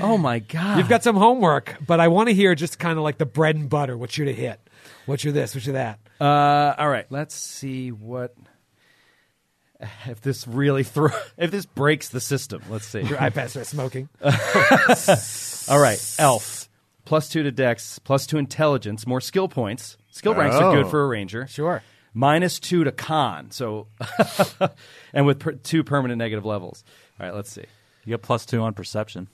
S8: oh my god!
S2: You've got some homework, but I want to hear just kind of like the bread and butter. What you to hit? What you this? What you that?
S8: Uh, all right, let's see what. if this really throw if this breaks the system. Let's see.
S2: Your iPad starts smoking.
S8: All right, elf plus two to Dex, plus two intelligence, more skill points. Skill ranks are good
S2: Oh.
S8: for a ranger.
S2: Sure.
S8: Minus two to con. So, and with per- two permanent negative levels. All right, let's see.
S3: You get plus two on perception.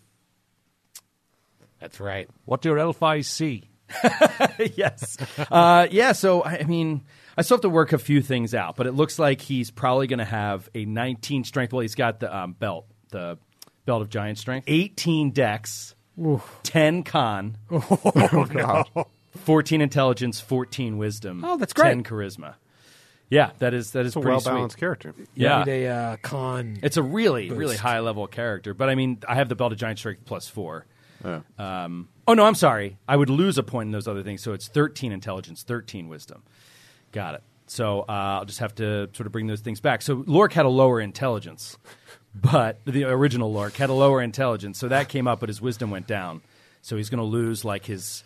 S2: That's right.
S3: What do your elf eyes see?
S8: yes. Uh, yeah, so I I mean, I still have to work a few things out, but it looks like he's probably going to have a 19 strength. Well, he's got the um, belt, the belt of giant strength, 18 dex, 10 con,
S10: Oh,
S8: 14 intelligence, 14 wisdom.
S2: Oh, that's great.
S8: 10 charisma. Yeah, that is that is
S10: It's a
S8: pretty
S10: well-balanced
S8: sweet.
S10: character.
S2: You
S8: Yeah,
S2: need a uh, con.
S8: it's a really really
S2: boost.
S8: high level character. But I mean, I have the belt of giant strength plus four. Um, oh no, I'm sorry. I would lose a point in those other things. So it's 13 intelligence, 13 wisdom. Got it. So uh, I'll just have to sort of bring those things back. So Lork had a lower intelligence, but the original Lork had a lower intelligence. So that came up, but his wisdom went down. So he's going to lose like his.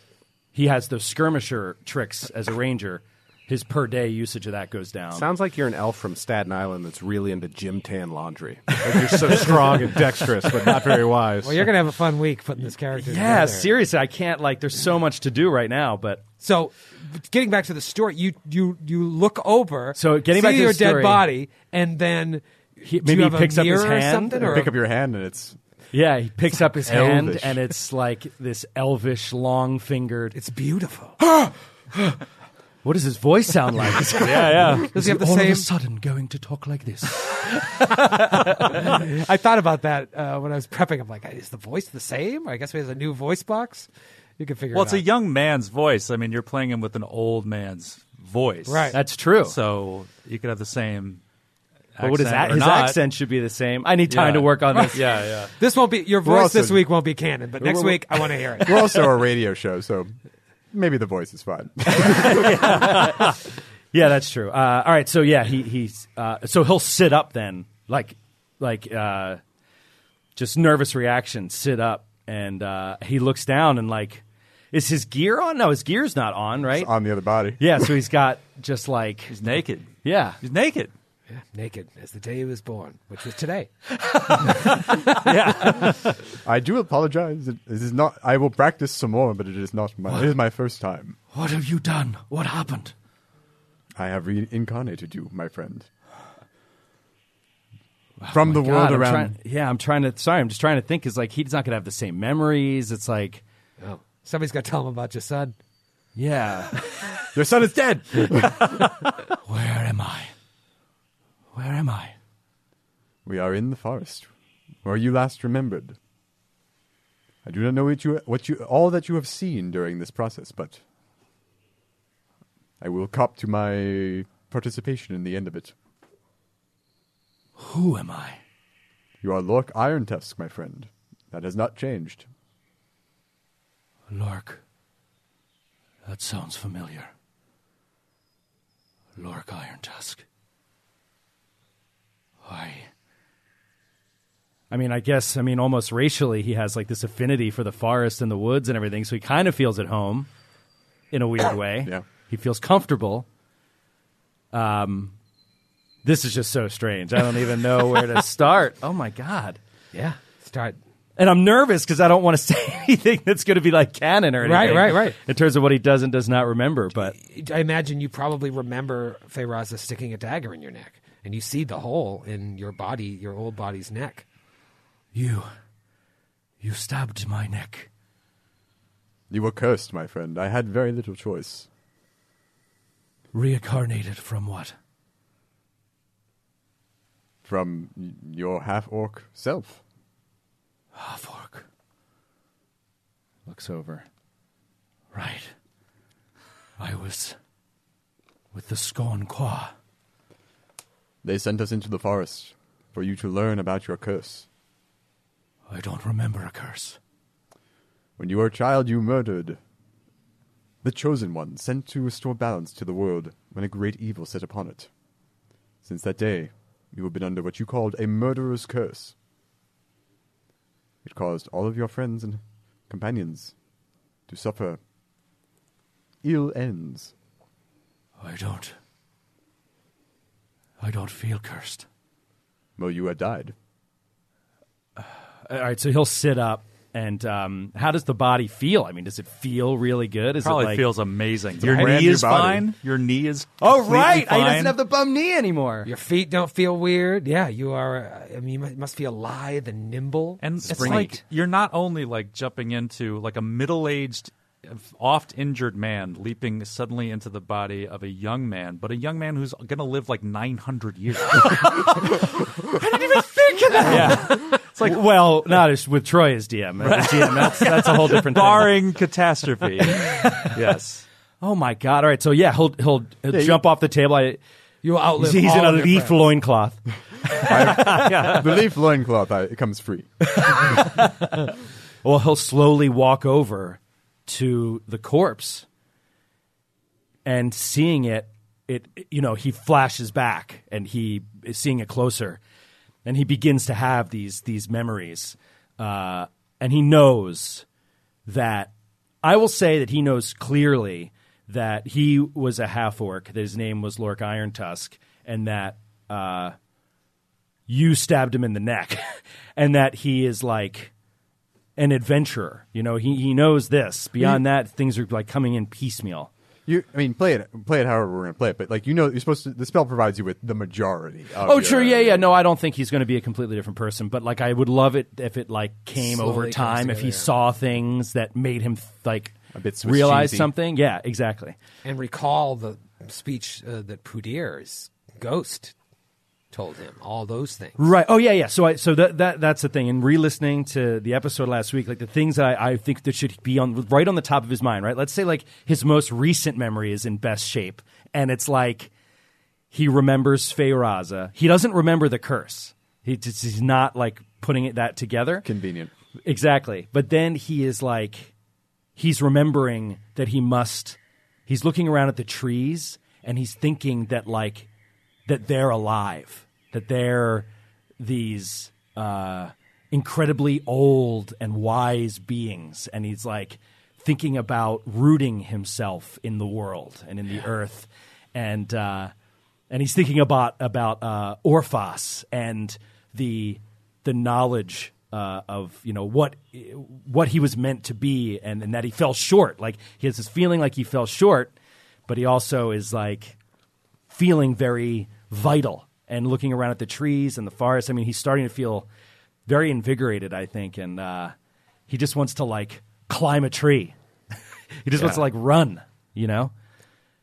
S8: He has those skirmisher tricks as a ranger. His per day usage of that goes down.
S10: Sounds like you're an elf from Staten Island that's really into gym tan laundry. Like you're so strong and dexterous, but not very wise.
S2: Well, you're gonna have a fun week putting this character. together.
S8: Yeah, seriously, I can't like. There's so much to do right now, but
S2: So, getting back to the story, you you you look over.
S8: So getting
S2: see
S8: back to the
S2: your dead
S8: story-
S2: body, and then do
S8: maybe
S2: you
S8: he
S2: have a
S8: picks up his
S2: mirror or
S8: hand
S2: something,
S8: and
S2: or-
S5: Pick up your hand and it's
S8: yeah, he picks up his hand
S5: Elvish.
S8: and it's like this elvish, long fingered. It's
S2: beautiful.
S8: what does his voice sound like?
S2: Yeah, yeah. Does he have the
S8: all of
S2: same-
S8: a sudden going to talk like this?
S2: I thought about that uh, when I was prepping. I'm like, is the voice the same? I guess he has a new voice box. You can figure
S3: Well,
S2: it
S3: it's
S2: out.
S3: a young man's voice. I mean, you're playing him with an old man's voice.
S2: Right.
S8: That's true.
S3: So you could have the same.
S8: But what is
S3: accent
S8: that?
S3: or
S8: His
S3: not.
S8: accent should be the same. I need time
S3: Yeah.
S8: to work on this.
S3: yeah, yeah.
S2: This won't be your
S5: We're
S2: voice this
S5: also-
S2: week. Won't be canon, but next
S5: We're-
S2: week I want to hear it.
S5: We're also a radio show, so maybe the voice is fine.
S8: Yeah, that's true. Uh, all right, so yeah, he he's uh, so he'll sit up then, like like uh, just nervous reaction, sit up, and uh, he looks down and like, is his gear on? No, his gear's not on, right?
S5: on the other body.
S8: Yeah, so he's got just like he's
S3: naked.
S8: Yeah,
S3: he's naked.
S2: Yeah, naked as the day he was born, which was today.
S5: I do apologize. It- This is not. I will practice some more, but it is not my. It is my first time.
S8: What have you done? What happened?
S5: I have reincarnated you, my friend, from the
S8: Oh God,
S5: world
S8: I'm
S5: around.
S8: trying- yeah, I'm trying to. Sorry, I'm just trying to think. Is like he's not gonna have the same memories. It's like,
S2: Oh, somebody's got to tell him about your son.
S8: yeah,
S5: Your son is dead.
S8: where am I? Where am I?
S5: We are in the forest, where you last remembered. I do not know what you, what you, all that you have seen during this process, but I will cop to my participation in the end of it.
S8: Who am I?
S5: You are Lork Irontusk, my friend. That has not changed.
S8: Lork. That sounds familiar. Lork Iron Tusk. I. I mean, I guess, I mean, almost racially, he has like this affinity for the forest and the woods and everything, so he kind of feels at home in a weird way.
S5: Yeah.
S8: He feels comfortable. Um, this is just so strange. I don't even know where to start. Oh my God.
S2: Yeah, start.
S8: And I'm nervous because I don't want to say anything that's going to be like canon or
S2: Right,
S8: anything.
S2: right, right.
S8: In terms of what he does and does not remember, but
S2: I imagine you probably remember Feyraza sticking a dagger in your neck, and you see the hole in your body, your old body's neck.
S8: you, you stabbed my neck.
S5: You were cursed, my friend. I had very little choice.
S8: Reincarnated from what?
S5: From y- your half orc self.
S8: Half orc. Looks over. Right. I was with the Scorn Qua.
S5: They sent us into the forest for you to learn about your curse.
S8: I don't remember a curse.
S5: When you were a child, you murdered the chosen one, sent to restore balance to the world when a great evil set upon it. Since that day, you have been under what you called a murderer's curse. It caused all of your friends and companions to suffer ill ends.
S8: I don't. I don't feel cursed.
S5: Well, you had died.
S8: All right, so he'll sit up. And um, how does the body feel? I mean, does it feel really good? Is
S3: Probably
S8: it like,
S3: feels amazing. Your knee is fine. Your knee is
S8: Oh
S3: completely
S8: right, he
S3: fine.
S8: doesn't have the bum knee anymore.
S2: Your feet don't feel weird. Yeah, you are. uh, I mean, you mu- must feel lithe and nimble.
S3: And it's like you're not only like jumping into like a middle-aged, oft injured man leaping suddenly into the body of a young man, but a young man who's going to live like 900 years.
S8: Think of that. Yeah. It's like, well, not as with Troy as DM. As GM, that's, that's a whole different thing.
S3: Barring catastrophe. yes.
S8: Oh my god! All right, so yeah, he'll he'll, he'll
S3: Yeah, you-
S8: jump off the table. I,
S2: you outlive
S8: He's
S2: all
S8: in
S2: of
S8: a
S2: your
S8: leaf
S2: friends.
S8: loincloth.
S5: I, the leaf loincloth, I, it comes free.
S8: Well, he'll slowly walk over to the corpse, and seeing it, it you know he flashes back, and he is seeing it closer, and he begins to have these these memories, uh, and he knows that I will say that he knows clearly that he was a half orc, that his name was Lork Iron Tusk, and that. Uh, you stabbed him in the neck and that he is like an adventurer you know he, he knows this beyond that things are like coming in piecemeal
S5: You, I mean, play it, play it however we're going to play it. But like, you know, you're supposed to. The spell provides you with the majority. Of
S8: oh
S5: your-
S8: sure yeah yeah no i don't think he's going to be a completely different person but like i would love it if it like came
S7: Slowly
S8: over
S7: comes
S8: time if
S7: together,
S8: he
S7: yeah.
S8: saw things that made him like a
S5: bit
S2: Swiss
S8: realize
S2: cheesy.
S8: something yeah exactly
S2: and recall the speech uh, that Poudir's ghost told him. All those things.
S8: Right. Oh yeah, yeah. So I so that, that that's the thing. And re-listening to the episode last week, like the things that I, I think that should be on right on the top of his mind. Right. Let's say like his most recent memory is in best shape, and it's like he remembers Feyraza. He doesn't remember the curse. He just, he's not like putting it that together.
S5: Convenient.
S8: Exactly. But then he is like he's remembering that he must he's looking around at the trees and he's thinking that like that they're alive that they're these uh incredibly old and wise beings and he's like thinking about rooting himself in the world and in the earth and uh and he's thinking about about uh orphos and the the knowledge uh, of you know what what he was meant to be and, and that he fell short like he has this feeling like he fell short but he also is like feeling very vital and looking around at the trees and the forest i mean he's starting to feel very invigorated i think and uh, he just wants to like climb a tree he just wants to
S2: Yeah.
S8: like run you know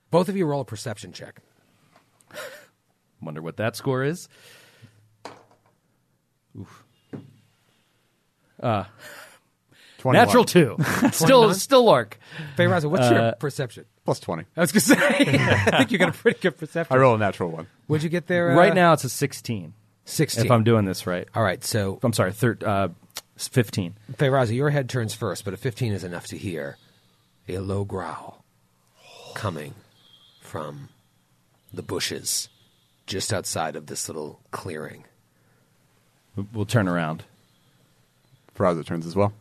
S2: Both of you roll a perception check.
S8: wonder what that score is Oof. uh natural two still
S2: 29?
S8: still lark
S2: Feyraza, what's
S8: Uh,
S2: your perception?
S5: Plus twenty.
S2: I was gonna say. I think you got a pretty good perception.
S5: I roll a natural one.
S2: Would you get there?
S8: right
S2: uh,
S8: now it's a 16
S2: 16.
S8: if i'm doing this right
S2: all right so
S8: i'm sorry thir- uh, it's 15
S2: Feyraza, your head turns first, but a 15 is enough to hear a low growl coming from the bushes just outside of this little clearing.
S8: we'll turn around
S5: Farazza turns as well.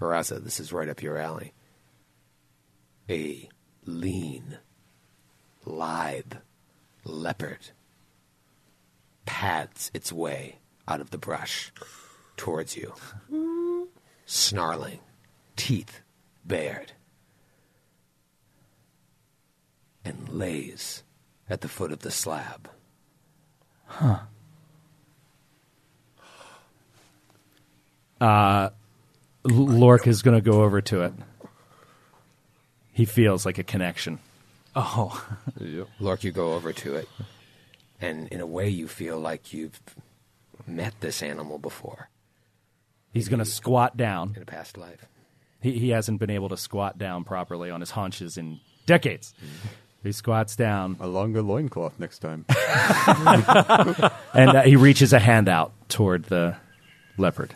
S2: Feyraza, this is right up your alley. A lean, lithe leopard pads its way out of the brush towards you, snarling, teeth bared, and lays at the foot of the slab.
S8: huh uh L- lork is gonna go over to it he feels like a connection
S2: Oh. Lork, you go over to it, and in a way you feel like you've met this animal before
S8: he's gonna squat down
S2: in a past life.
S8: He, he hasn't been able to squat down properly on his haunches in decades.
S2: Mm-hmm.
S8: He squats down.
S5: A longer loincloth next time.
S8: and uh, he reaches a hand out toward the leopard.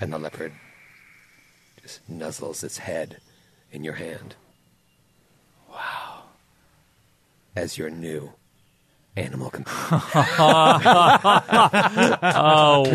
S2: And the leopard just nuzzles its head in your hand. Wow. As your new
S4: Animal control.
S3: oh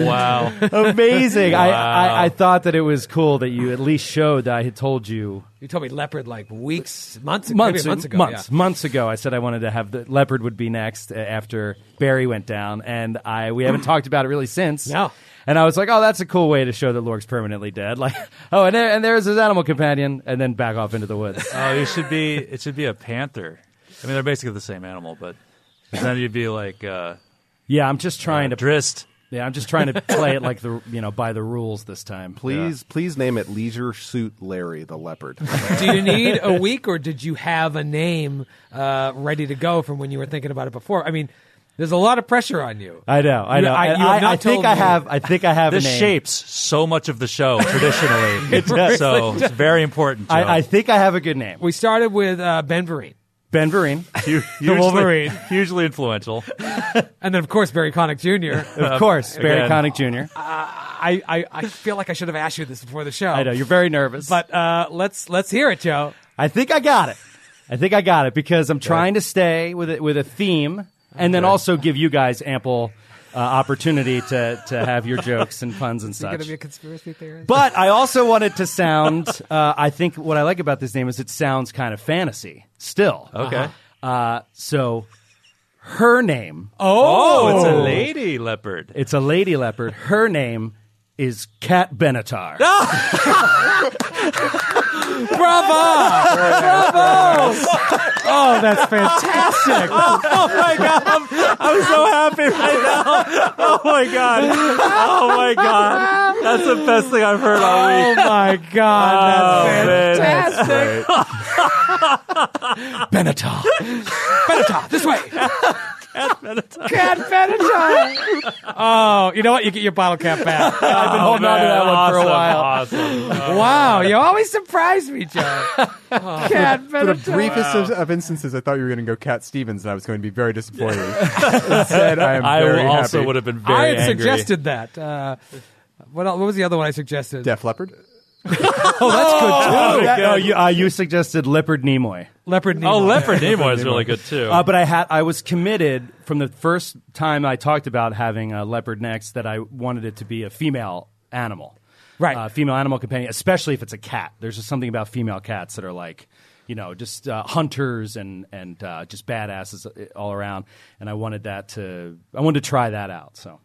S3: wow!
S8: Amazing. I,
S3: Wow.
S8: I I thought that it was cool that you at least showed that I had told you
S2: You told me leopard like weeks, months, ago-
S8: months
S2: maybe months ago.
S8: months,
S2: yeah.
S8: months ago. I said I wanted to have the leopard would be next uh, after Barry went down, and I we haven't talked about it really since. No. And I was like, oh, that's a cool way to show that Lork's permanently dead. Like, oh, and there, and there's his animal companion, and then back off into the woods.
S3: Oh, it should be it should be a panther. I mean, they're basically the same animal, but then you'd be like, uh,
S8: yeah, I'm just trying to
S3: drist.
S8: Yeah, I'm just trying to play it like the you know by the rules this time.
S10: Please, please name it Leisure Suit Larry the Leopard.
S2: Do you need a week, or did you have a name uh, ready to go from when you were thinking about it before? I mean, there's a lot of pressure on you.
S8: I know, I
S2: You-
S8: know.
S2: I-
S8: And
S2: you have
S8: I,
S2: not
S8: I think
S2: told
S8: I
S2: me.
S8: have. I think I have.
S3: this
S8: a name.
S3: shapes so much of the show traditionally.
S8: It does.
S3: So it's very important. Joe.
S8: I, I think I have a good name.
S2: We started with uh, Ben Vereen.
S8: Ben Vereen,
S3: Hu-
S2: the
S3: hugely-
S2: Wolverine,
S3: hugely influential.
S2: and then of course Barry Connick Jr.
S8: Of course, Barry Connick Jr..
S2: Uh, I, I I feel like I should have asked you this before the show.
S8: I know you're very nervous,
S2: but uh, let's let's hear it, Joe.
S8: I think I got it. I think I got it because I'm trying to stay with it with a theme, and then also give you guys ample uh, opportunity to to have your jokes and puns and
S2: You're
S8: such.
S2: gonna be a conspiracy theorist.
S8: But I also want it to sound. Uh, I think what I like about this name is it sounds kind of fantasy still.
S3: Okay.
S8: Uh, so her name.
S3: Oh, it's a lady leopard.
S8: It's a lady leopard. Her name is Kat Benatar.
S2: Bravo! Bravo!
S8: Oh, that's fantastic!
S3: oh my god, I'm, I'm so happy right now. Oh my god, oh my god, that's the best thing I've heard all
S8: Oh
S3: week.
S8: my
S3: Oh,
S8: god,
S3: man,
S8: that's
S3: that's
S8: fantastic! Benatar.
S2: Benatar, this way.
S8: Cat Benatar.
S2: Oh, you know what? You get your bottle cap back. I've been holding on to that one for a while. Wow, you always surprise me, Joe. Cat
S5: for the
S2: Benatar.
S5: briefest of, of instances, I thought you were going to go Cat Stevens, and I was going to be very disappointed. Instead, I am
S3: I
S5: very
S3: also
S5: happy.
S3: would have been very
S2: I had
S3: angry.
S2: suggested that. Uh, what, else, what was the other one I suggested?
S5: Def Leopard.
S2: Oh, that's good too.
S8: That- oh, you, uh, you suggested Leopard Nimoy.
S2: Leopard Nemo.
S3: Oh, Leopard Nimoy is really good too.
S8: Uh, but I had I was committed from the first time I talked about having a leopard next that I wanted it to be a female animal,
S2: right?
S8: Uh, female animal companion, especially if it's a cat. There's just something about female cats that are like, you know, just uh, hunters and and uh, just badasses all around. And I wanted that to I wanted to try that out. So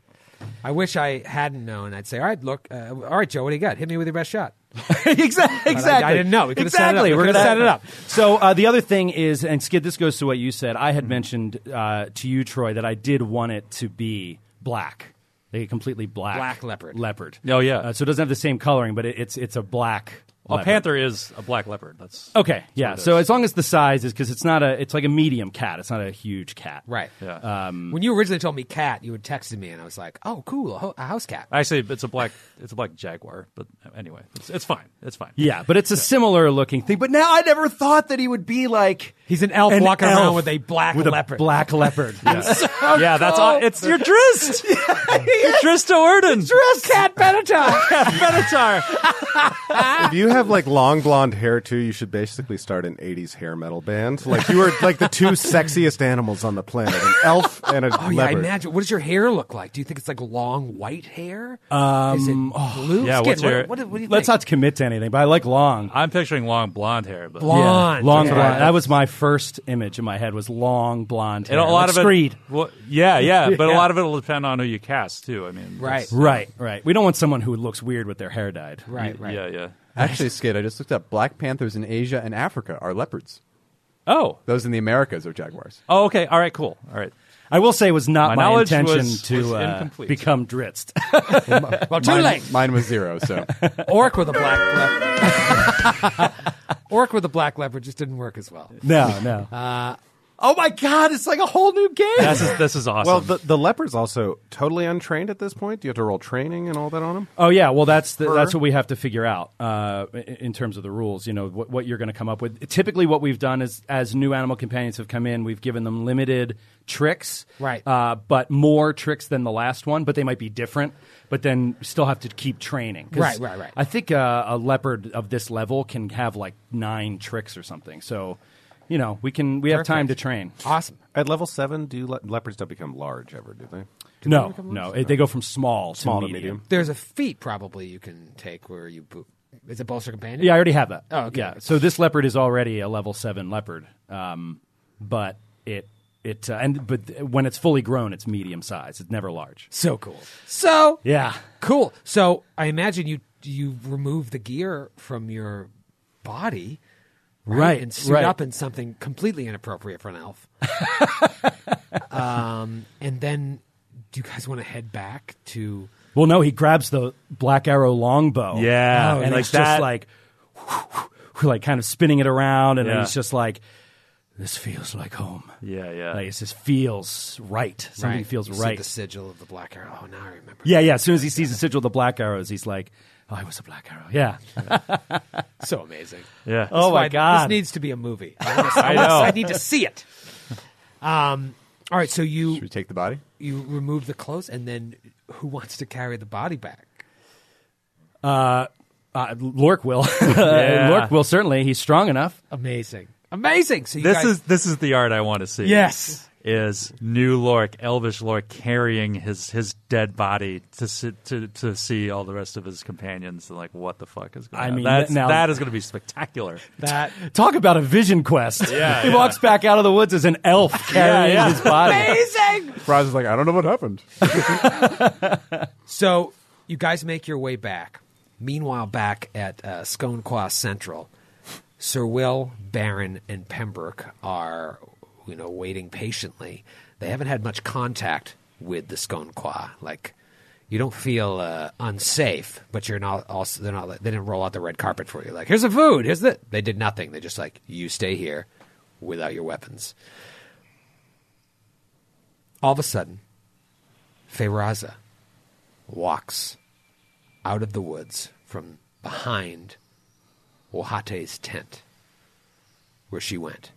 S2: I wish I hadn't known. I'd say, all right, look, uh, all right, Joe, what do you got? Hit me with your best shot.
S8: exactly.
S2: I- I didn't know. We could've set it up.
S8: exactly.
S2: We
S8: We're
S2: could've
S8: gonna-
S2: set it up.
S8: So uh, the other thing is, and Skid, this goes to what you said. I had mentioned uh, to you, Troy, that I did want it to be black, like a completely black
S2: Black leopard.
S8: Leopard.
S3: Oh, yeah. Oh,
S8: Uh, so it doesn't have the same coloring, but it, it's it's a black.
S3: a
S8: leopard.
S3: panther is a black leopard. That's
S8: Okay, yeah.
S3: what it
S8: So
S3: is.
S8: as long as the size is, because it's not a, it's like a medium cat. It's not a huge cat.
S2: Right.
S3: Yeah.
S8: Um,
S2: When you originally told me cat, you had texted me, and I was like, oh, cool, a, ho- a house cat.
S3: Actually, it's a black it's a black jaguar. But anyway, it's, it's fine. It's fine.
S8: yeah, but it's a similar looking thing. But now I never thought that he would be like
S2: He's an elf
S8: An
S2: walking around
S8: elf
S2: with a black
S8: with
S2: leopard.
S8: a black leopard.
S3: yeah, that's all. It's your Drist. your Drist O'Erden.
S2: Dress cat Benatar.
S3: Benatar.
S10: if you have like long blonde hair too, you should basically start an '80s hair metal band. Like you are like the two sexiest animals on the planet: an elf and a
S2: Oh yeah, I
S10: leopard.
S2: imagine. What does your hair look like? Do you think it's like long white hair? Is it
S8: Um,
S2: blue?
S3: Yeah,
S2: Skid,
S3: what's
S2: what,
S3: your-
S2: what, what do you
S8: Let's
S2: think?
S8: not commit to anything, but I like long.
S3: I'm picturing long blonde hair, but
S2: Blonde.
S8: Yeah, long
S2: Okay.
S8: blonde. That was my first image in my head was long blonde hair.
S3: And a lot
S8: like
S3: of it,
S8: Screed.
S3: Well, yeah, yeah, but a
S8: Yeah.
S3: lot of it will depend on who you cast too. I mean,
S2: Right.
S3: that's-
S8: Right, right. We don't want someone who looks weird with their hair dyed.
S2: Right, right.
S3: Yeah, yeah.
S5: Actually, Skid, I just looked up. Black panthers in Asia and Africa are leopards.
S3: Oh,
S5: Those in the Americas are jaguars.
S3: oh, okay, all right, cool, all right.
S8: I will say it was not
S3: My
S8: my,
S3: knowledge
S8: intention
S3: was-
S8: to
S3: was
S8: uh,
S3: incomplete.
S8: become dritzed.
S2: Well, too
S5: mine,
S2: late.
S5: Mine was zero, so
S2: Orc with a black leopard. Orc with a black leopard just didn't work as well. Uh,
S8: no, no.
S5: Oh my god, it's like a whole new game.
S3: This is this is awesome.
S10: Well, the, the leopard's also totally untrained at this point. Do you have to roll training and all that on him?
S8: Oh yeah, well that's the,
S10: Her.
S8: that's what we have to figure out uh, in- in terms of the rules. You know what, what you're going to come up with. Typically, what we've done is as new animal companions have come in, we've given them limited tricks,
S2: Right.
S8: Uh, but more tricks than the last one, but they might be different. But then still have to keep training. 'Cause
S2: Right, right, right.
S8: I think uh, a leopard of this level can have like nine tricks or something. So. you know, we can we have time to train.
S2: Awesome.
S10: At level seven, do le- leopards don't become large ever? Do they? Do they
S8: No,
S10: become
S8: no,
S10: large?
S8: it, they go from small,
S10: Small
S8: to
S10: to
S8: medium.
S10: medium.
S2: There's a feat probably you can take where you. Bo- is it bolster companion?
S8: Yeah, I already have that.
S2: Oh, okay.
S8: Yeah, so this leopard is already a level seven leopard, um, but it it uh, and but when it's fully grown, it's medium size. It's never large.
S2: So cool. So
S8: Yeah.
S2: cool. So I imagine you you remove the gear from your body, right?
S8: Right,
S2: and suit
S8: right.
S2: up in something completely inappropriate for an elf. um, and then, do you guys want to head back to?
S8: Well, no, he grabs the black arrow longbow. Oh,
S3: Yeah,
S8: and
S3: like
S8: it's
S3: that.
S8: just like, like kind of spinning it around, and
S3: Yeah.
S8: he's just like, "This feels like home."
S3: Yeah, yeah.
S8: Like it just feels right. Something feels
S2: You said
S8: right.
S2: The sigil of the black arrow. Oh, now I remember.
S8: Yeah, yeah. As soon as he sees the sigil of the black arrows, he's like, "Oh, I was a black arrow." Yeah.
S2: so amazing.
S8: Yeah.
S2: That's
S8: Oh, my
S2: why
S8: God.
S2: This needs to be a movie. I, wanna-
S8: I
S2: I wanna-
S8: know.
S2: I need to see it. Um. All right. So you should we
S5: take the body.
S2: You remove the clothes, and then who wants to carry the body back?
S8: Uh, uh, Lork will.
S3: Yeah.
S8: Lork will certainly. He's strong enough.
S2: Amazing. Amazing. So you
S3: this
S2: guys,
S3: is this is the art I want to see.
S2: Yes.
S3: is new Lork, Elvish Lork, carrying his his dead body to sit, to to see all the rest of his companions and like what the fuck is going
S8: I
S3: on?
S8: mean,
S3: That's,
S8: now-
S3: that is going to be spectacular.
S2: That
S8: Talk about a vision quest.
S3: Yeah,
S8: he
S3: yeah.
S8: walks back out of the woods as an elf carrying
S3: yeah.
S8: his body.
S2: Amazing.
S5: Roz is like, I don't know what happened.
S2: So you guys make your way back. Meanwhile, back at uh, Sconqua Central, Sir Will, Baron, and Pembroke are, you know, waiting patiently. They haven't had much contact with the Sconqua. Like, you don't feel uh, unsafe, but you're not also they're not they didn't roll out the red carpet for you. Like, here's the food, here's the they did nothing. They just like you stay here without your weapons. All of a sudden, Feyraza walks out of the woods from behind Ohate's tent, where she went.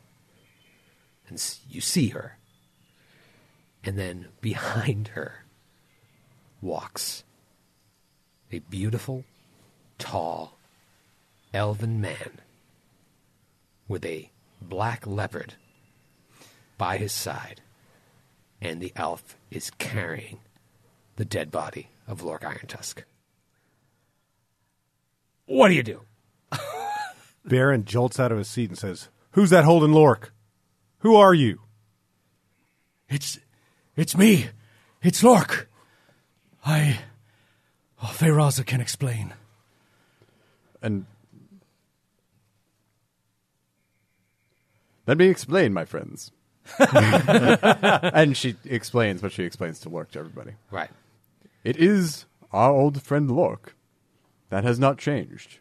S2: And s- you see her. And then behind her walks a beautiful, tall, elven man with a black leopard by his side. And the elf is carrying the dead body of Lork Iron Tusk. What do you do?
S10: Baron jolts out of his seat and says, "Who's that holding Lork? Who are you?"
S7: It's it's me. It's Lork. I oh, Feyraza can explain.
S5: And let me explain, my friends. and she explains what she explains to Lork to everybody.
S2: Right.
S5: It is our old friend Lork. That has not changed.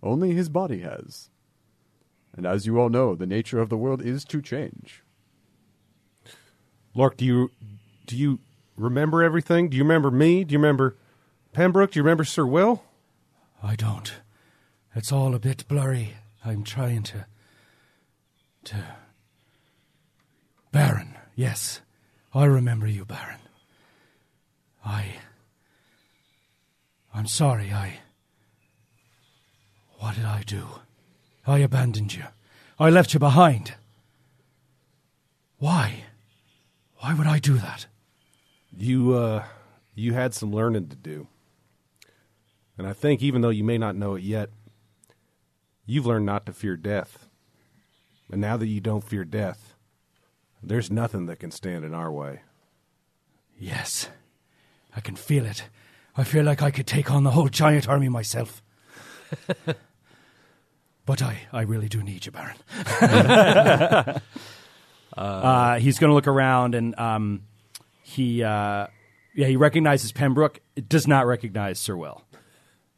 S5: Only his body has. And as you all know, the nature of the world is to change.
S10: Lork, do you do you remember everything? Do you remember me? Do you remember Pembroke? Do you remember Sir Will?
S7: I don't. It's all a bit blurry. I'm trying to to Baron. Yes. I remember you, Baron. I I'm sorry. I What did I do? I abandoned you. I left you behind. Why? Why would I do that?
S10: You uh you had some learning to do. And I think even though you may not know it yet, you've learned not to fear death. And now that you don't fear death, there's nothing that can stand in our way.
S7: Yes. I can feel it. I feel like I could take on the whole giant army myself. but I, I really do need you, Baron.
S8: uh, he's going to look around and um, he uh, yeah he recognizes Pembroke. It does not recognize Sir Will,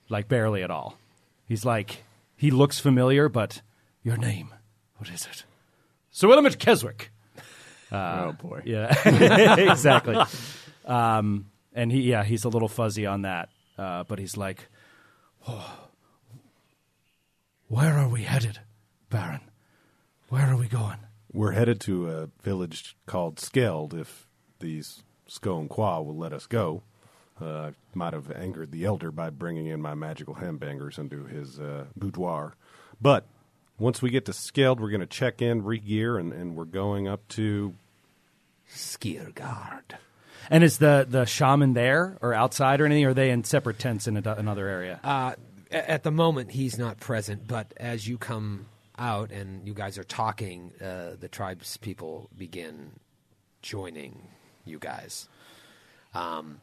S8: like barely at all. He's like he looks familiar, but your name, what is it? Sir Willamette Keswick. Uh,
S5: oh boy,
S8: yeah, exactly. Um, and he yeah he's a little fuzzy on that, uh, but he's like,
S7: Oh. Where are we headed, Baron? Where are we going?
S10: We're headed to a village called Skeld if these Skone Qua will let us go. Uh, I might have angered the elder by bringing in my magical handbangers into his uh, boudoir. But Once we get to Skeld, we're going to check in, re-gear, and, and we're going up to
S4: Skiergard.
S8: And is the the shaman there or outside or anything? Or are they in separate tents in a, another area?
S2: Uh, a- at the moment, he's not present, but as you come out and you guys are talking, uh, the tribes people begin joining you guys. Um,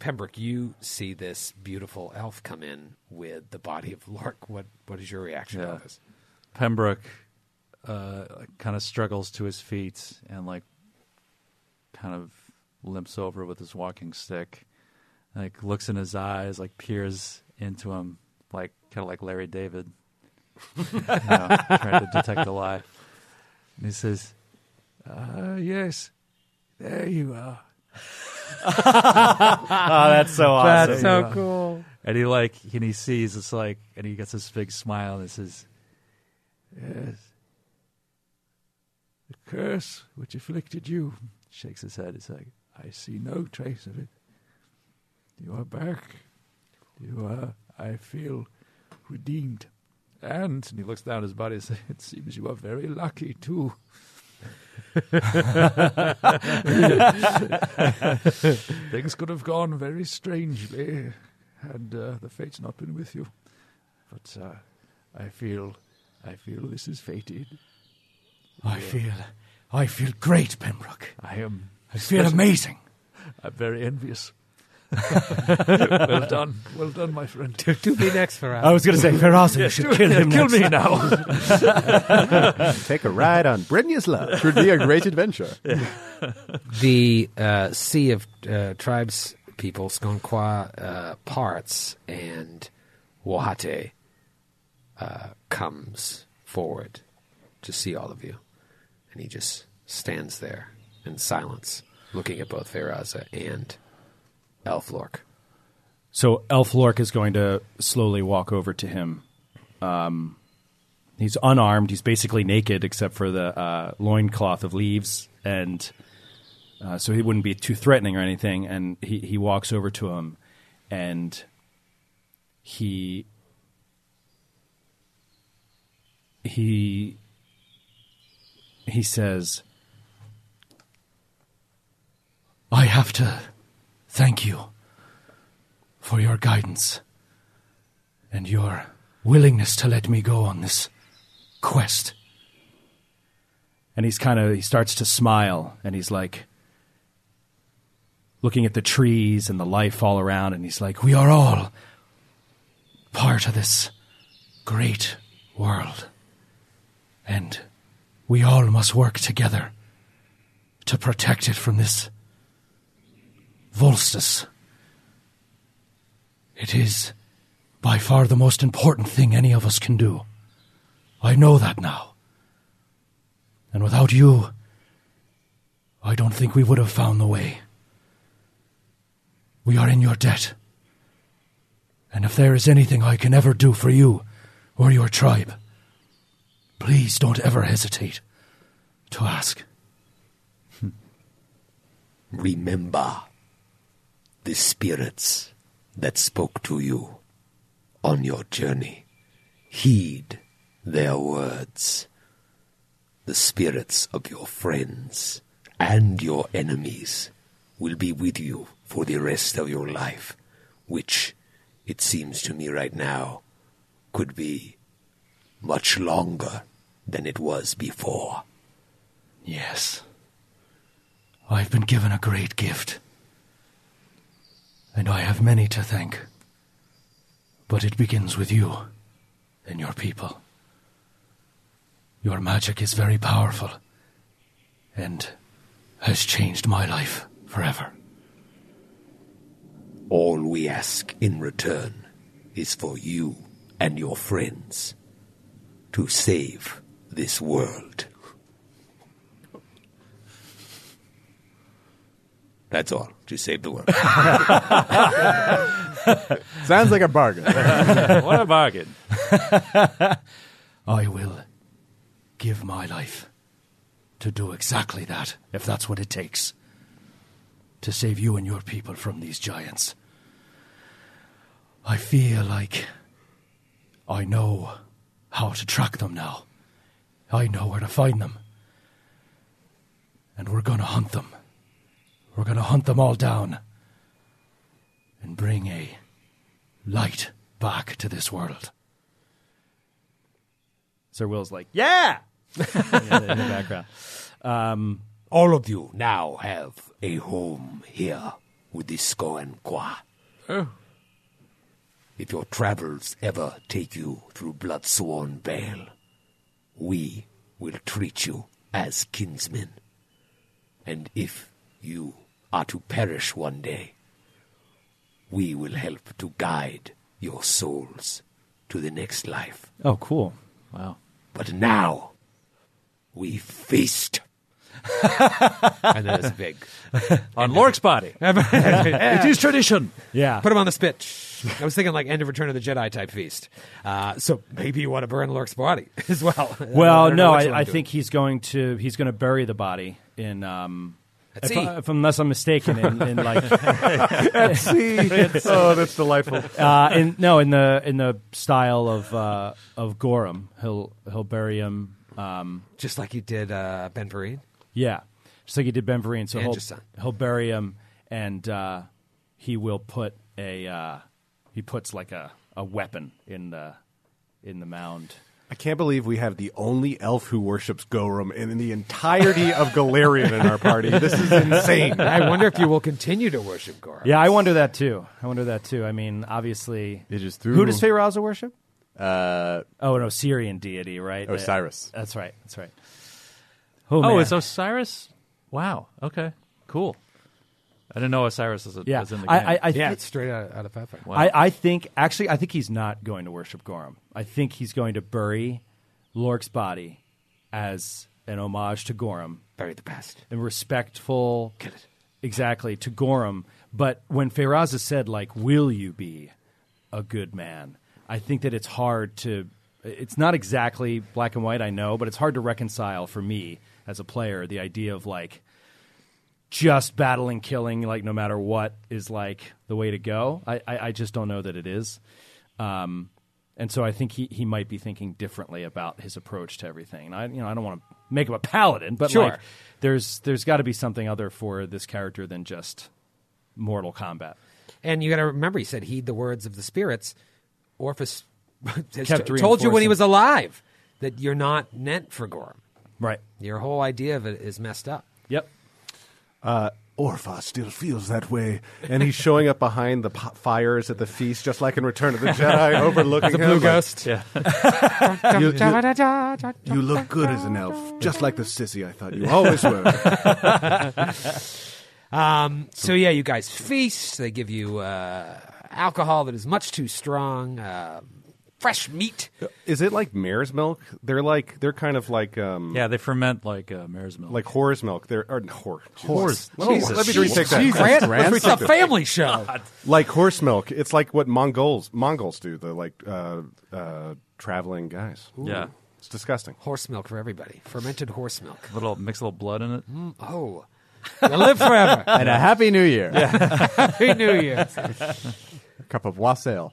S2: Pembroke, you see this beautiful elf come in with the body of Lark. What what is your reaction
S3: Yeah.
S2: to this?
S3: Pembroke uh, kind of struggles to his feet and like kind of limps over with his walking stick, like looks in his eyes, like peers into him, like kind of like Larry David, you know, trying to detect a lie. And he says,
S11: Ah, yes. There you are.
S3: oh, that's so awesome.
S11: That's so cool.
S3: And he like and he sees it's like and he gets this big smile and he says,
S11: Yes. The curse which afflicted you,
S3: shakes his head. It's like
S11: I see no trace of it. You are back. You are, I feel, redeemed. And, and he looks down at his body and says, It seems you are very lucky, too. Things could have gone very strangely had uh, the fates not been with you. But uh, I feel, I feel this is fated.
S8: I feel, I feel great, Pembroke.
S11: I am.
S8: I feel amazing.
S11: I'm very envious. well done, well done, my friend.
S2: To- to be next, Faraz.
S8: I was gonna say, Faraz, you
S11: Yeah,
S8: should
S11: to-
S8: kill
S11: yeah,
S8: him
S11: Kill
S8: next.
S11: me now.
S5: Take a ride on Brynja's love. Should be a great adventure.
S2: the uh, sea of uh, tribes people, Skonqua uh, parts, and Wahate uh, comes forward to see all of you. And he just stands there in silence, looking at both Feyraza and Elflork.
S7: So Elf Lork is going to slowly walk over to him. Um, he's unarmed. He's basically naked except for the uh, loincloth of leaves. And uh, so he wouldn't be too threatening or anything. And he, he walks over to him and he. He. He says,
S12: I have to thank you for your guidance and your willingness to let me go on this quest.
S7: and he's kind of he starts to smile and he's like looking at the trees and the life all around and he's like
S12: We are all part of this great world, and we all must work together to protect it from this Volstis. It is by far the most important thing any of us can do. I know that now. And without you, I don't think we would have found the way. We are in your debt. And if there is anything I can ever do for you or your tribe, please don't ever hesitate to ask.
S4: Remember the spirits that spoke to you on your journey. Heed their words. The spirits of your friends and your enemies will be with you for the rest of your life, which, it seems to me right now, could be much longer than it was before.
S12: Yes. I've been given a great gift. And I have many to thank. But it begins with you and your people. Your magic is very powerful and has changed my life forever.
S4: All we ask in return is for you and your friends to save this world. That's all. To save the world.
S5: Sounds like a bargain.
S3: What a bargain.
S12: I will give my life to do exactly that, if that's what it takes, to save you and your people from these giants. I feel like I know how to track them now. I know where to find them. And we're gonna hunt them. We're gonna hunt them all down. And bring a light back to this world.
S8: Sir Will's like, yeah. Yeah, in the background.
S12: Um,
S4: All of you now have a home here with the Skoan Kwa.
S11: Oh.
S4: If your travels ever take you through blood-sworn vale, we will treat you as kinsmen. And if you are to perish one day, we will help to guide your souls to the next life.
S8: Oh, cool. Wow.
S4: But now, we feast. and that is big.
S3: On Lork's body.
S2: It
S3: is tradition.
S8: Yeah.
S2: Put him on the spit. I was thinking like end of Return of the Jedi type feast. Uh, so maybe you want to burn Lurk's body as well.
S8: Well,
S2: don't know
S8: no,
S2: what you wanna
S8: I, I
S2: do.
S8: think he's going to he's going to bury the body in. Um,
S2: At
S8: if
S2: sea.
S8: I- if- unless I'm mistaken, in, in like
S5: At sea. Oh, that's delightful.
S8: Uh, in, no, in the in the style of uh, of Gorham, he'll he'll bury him um,
S2: just like he did uh, Ben Vereen.
S8: Yeah, just like he did Ben Vereen. So
S2: And
S8: he'll,
S2: your son.
S8: he'll bury him, and uh, he will put a uh, he puts like a, a weapon in the in the mound.
S10: I can't believe we have the only elf who worships Gorum in the entirety of Galarian in our party. This is insane.
S2: I wonder if you will continue to worship Gora.
S8: Yeah, I wonder that too. I wonder that too. I mean, obviously,
S5: it is through
S8: who does Feyraza worship?
S5: Uh,
S8: oh, an Osirian deity, right?
S5: Osiris.
S8: That's right. That's right.
S3: Oh,
S8: man.
S3: it's Osiris? Wow. Okay. Cool. I didn't know Osiris was, a,
S8: Yeah.
S3: was in the game.
S8: I- I- I
S2: yeah,
S8: thi-
S2: it's straight out, out of Pathfinder.
S8: I, I think actually I think he's not going to worship Gorham. I think he's going to bury Lork's body as an homage to Gorham.
S2: Bury the past.
S8: And respectful exactly to Gorham. But when Feyraza said like, Will you be a good man? I think that it's hard to it's not exactly black and white, I know, but it's hard to reconcile for me as a player the idea of like just battling killing like no matter what is like the way to go i i, I just don't know that it is um and so I think he, he might be thinking differently about his approach to everything. And I you know I don't want to make him a paladin, but
S2: Sure.
S8: like there's there's got to be something other for this character than just Mortal Kombat.
S2: And you got to remember, he said, "Heed the words of the spirits." Orpheus has
S8: Kept
S2: t- told you when he
S8: reinforcing.
S2: was alive that you're not meant for Gorm.
S8: Right.
S2: Your whole idea of it is messed up.
S8: Yep.
S10: Uh, Orpha still feels that way, and he's showing up behind the po- fires at the feast, just like in Return of the Jedi, overlooking
S2: The
S10: him,
S2: blue
S10: like,
S2: ghost. Yeah.
S10: you, you- you look good as an elf, just like the sissy I thought you always were.
S2: Um, so yeah, you guys feast. They give you uh, alcohol that is much too strong. Uh, fresh meat.
S10: Is it like mare's milk? They're like they're kind of like um
S3: yeah, they ferment like uh, mare's milk,
S10: like whore's milk. They're or whore,
S3: Whore's-
S10: Let me,
S3: Jesus.
S10: let me
S3: Jesus.
S10: retake that.
S3: Jesus,
S10: Let me
S3: Grant.
S10: retake
S3: It's a
S10: this.
S3: family show. God.
S10: Like horse milk. It's like what Mongols Mongols do. The like uh, uh, traveling guys.
S3: Yeah.
S10: it's disgusting.
S2: Horse milk for everybody. Fermented horse milk.
S3: little mix a little blood in it.
S2: Mm, oh, you live forever.
S5: And a happy new year.
S2: happy New Year.
S5: a cup of wassail.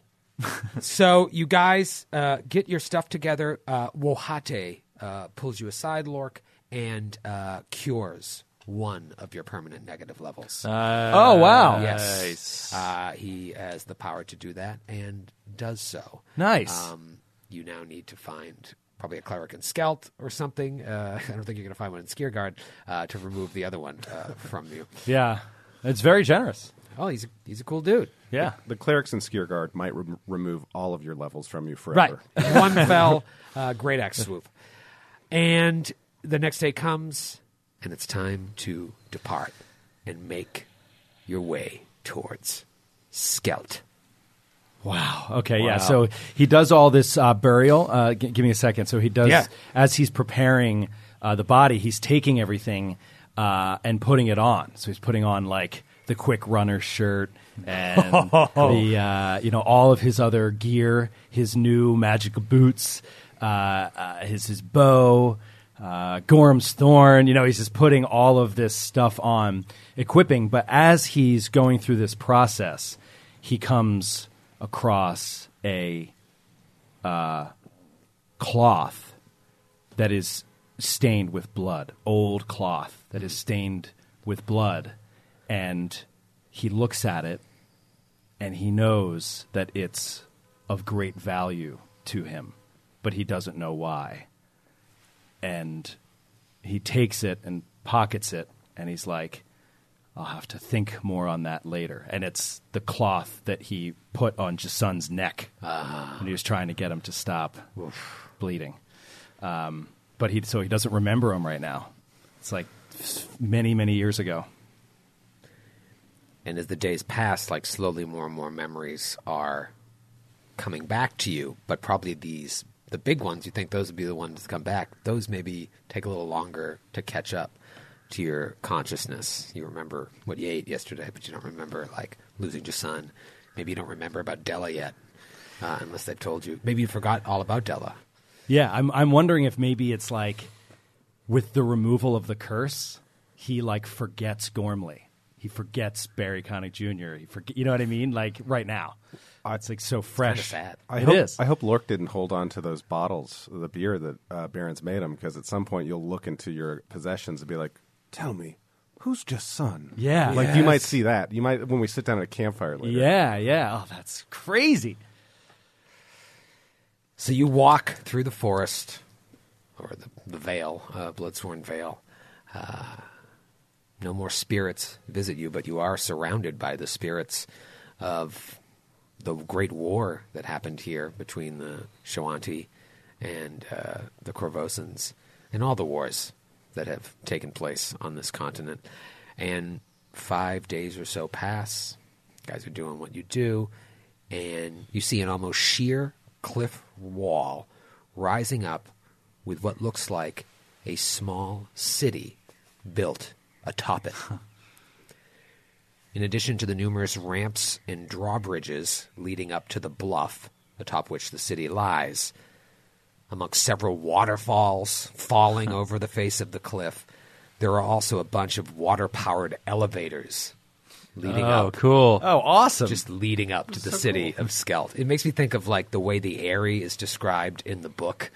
S2: so you guys uh, get your stuff together. Uh, Wohate uh, pulls you aside, Lork, and uh, cures one of your permanent negative levels.
S3: Oh, wow.
S2: Yes, uh, he has the power to do that and does so.
S8: Nice.
S2: Um, you now need to find probably a cleric in Skelt or something. Uh, I don't think you're going to find one in Skiergard uh, to remove the other one uh, from you.
S8: Yeah. It's very generous.
S2: Oh, he's a, he's a cool dude.
S8: Yeah.
S10: the, the clerics in Skiergard might re- remove all of your levels from you
S2: Right.
S10: forever.
S2: One fell, uh, great axe swoop. And the next day comes, and it's time to depart and make your way towards Skelt.
S8: Wow. Oh, Okay. Yeah.
S2: Wow.
S8: So he does all this uh, burial. Uh, g- give me a second. So he does
S2: Yeah.
S8: as he's preparing uh, the body. He's taking everything uh, and putting it on. So he's putting on like the quick runner shirt and the uh, you know all of his other gear, his new magic boots, uh, uh, his his bow. Uh, Gorm's thorn, you know, he's just putting all of this stuff on, equipping. But as he's going through this process, he comes across a uh, cloth that is stained with blood, old cloth that is stained with blood, and he looks at it and he knows that it's of great value to him, but he doesn't know why. And he takes it and pockets it, and he's like, I'll have to think more on that later. And it's the cloth that he put on Jason's neck when he was trying to get him to stop bleeding. Um, but he so he doesn't remember him right now. It's like many many years ago.
S2: And as the days pass, like slowly more and more memories are coming back to you, but probably these the big ones, you think those would be the ones to come back. Those maybe take a little longer to catch up to your consciousness. You remember what you ate yesterday, but you don't remember like losing your son. Maybe you don't remember about Della yet, uh, unless they told you. Maybe you forgot all about Della.
S8: Yeah, I'm I'm wondering if maybe it's like with the removal of the curse, he like forgets Gormley. He forgets Barry Connick Jr. He forget, you know what I mean? Like right now, it's like so fresh.
S10: I
S8: It
S10: hope,
S8: is.
S10: I hope Lork didn't hold on to those bottles of the beer that uh, Baron's made him because at some point you'll look into your possessions and be like, tell me, who's just son?
S8: Yeah.
S10: Like you might
S8: Yes.
S10: see that. You might when we sit down at a campfire later.
S8: Yeah, yeah. Oh, that's crazy.
S2: So you walk through the forest, or the, the veil, uh, Bloodsworn Veil. Uh, no more spirits visit you, but you are surrounded by the spirits of the great war that happened here between the Shawanti and uh, the Corvosans, and all the wars that have taken place on this continent. And five days or so pass. Guys are doing what you do and you see an almost sheer cliff wall rising up with what looks like a small city built atop it. In addition to the numerous ramps and drawbridges leading up to the bluff atop which the city lies, amongst several waterfalls falling over the face of the cliff, there are also a bunch of water powered elevators leading
S3: Oh,
S2: up.
S3: cool.
S8: Oh, awesome.
S2: Just leading up to the city of Skelt. It makes me think of like the way the Airy is described in the book.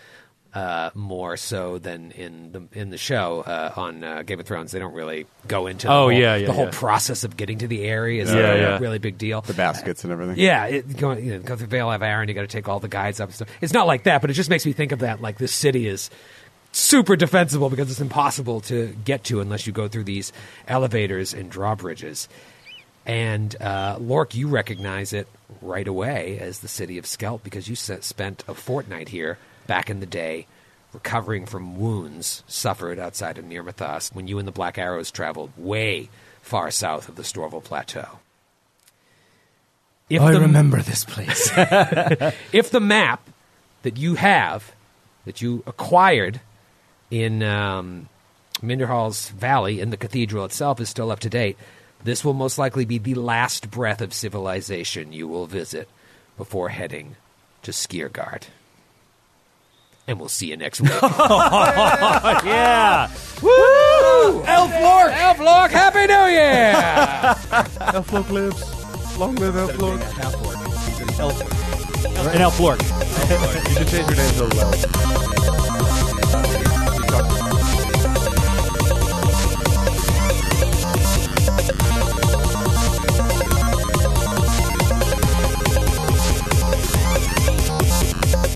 S2: Uh, more so than in the in the show uh, on uh, Game of Thrones, they don't really go into the
S3: Oh,
S2: whole,
S3: yeah, yeah,
S2: the whole
S3: yeah.
S2: process of getting to the Airy is
S3: Yeah,
S2: a
S3: yeah.
S2: really big deal. The
S5: baskets and everything.
S2: Yeah, it, go, you know, go through Vale of Aaron, you got to take all the guides up and stuff. It's not like that, but it just makes me think of that. Like this city is super defensible because it's impossible to get to unless you go through these elevators and drawbridges. And uh, Lork, you recognize it right away as the city of Skelt because you se- spent a fortnight here back in the day recovering from wounds suffered outside of Nirmathas when you and the Black Arrows traveled way far south of the Storval Plateau.
S4: I
S2: the-
S4: remember this place.
S2: if the map that you have, that you acquired in um, Minderhall's Valley in the cathedral itself, is still up to date, this will most likely be the last breath of civilization you will visit before heading to Skiergard. And we'll see you next week.
S4: yeah.
S2: Woo! Elf Lork! Elf Lork, Happy New
S4: Year!
S5: elf Lork lives. Long live Elf Lork.
S8: An elf lord.
S5: you should change your name to Lel.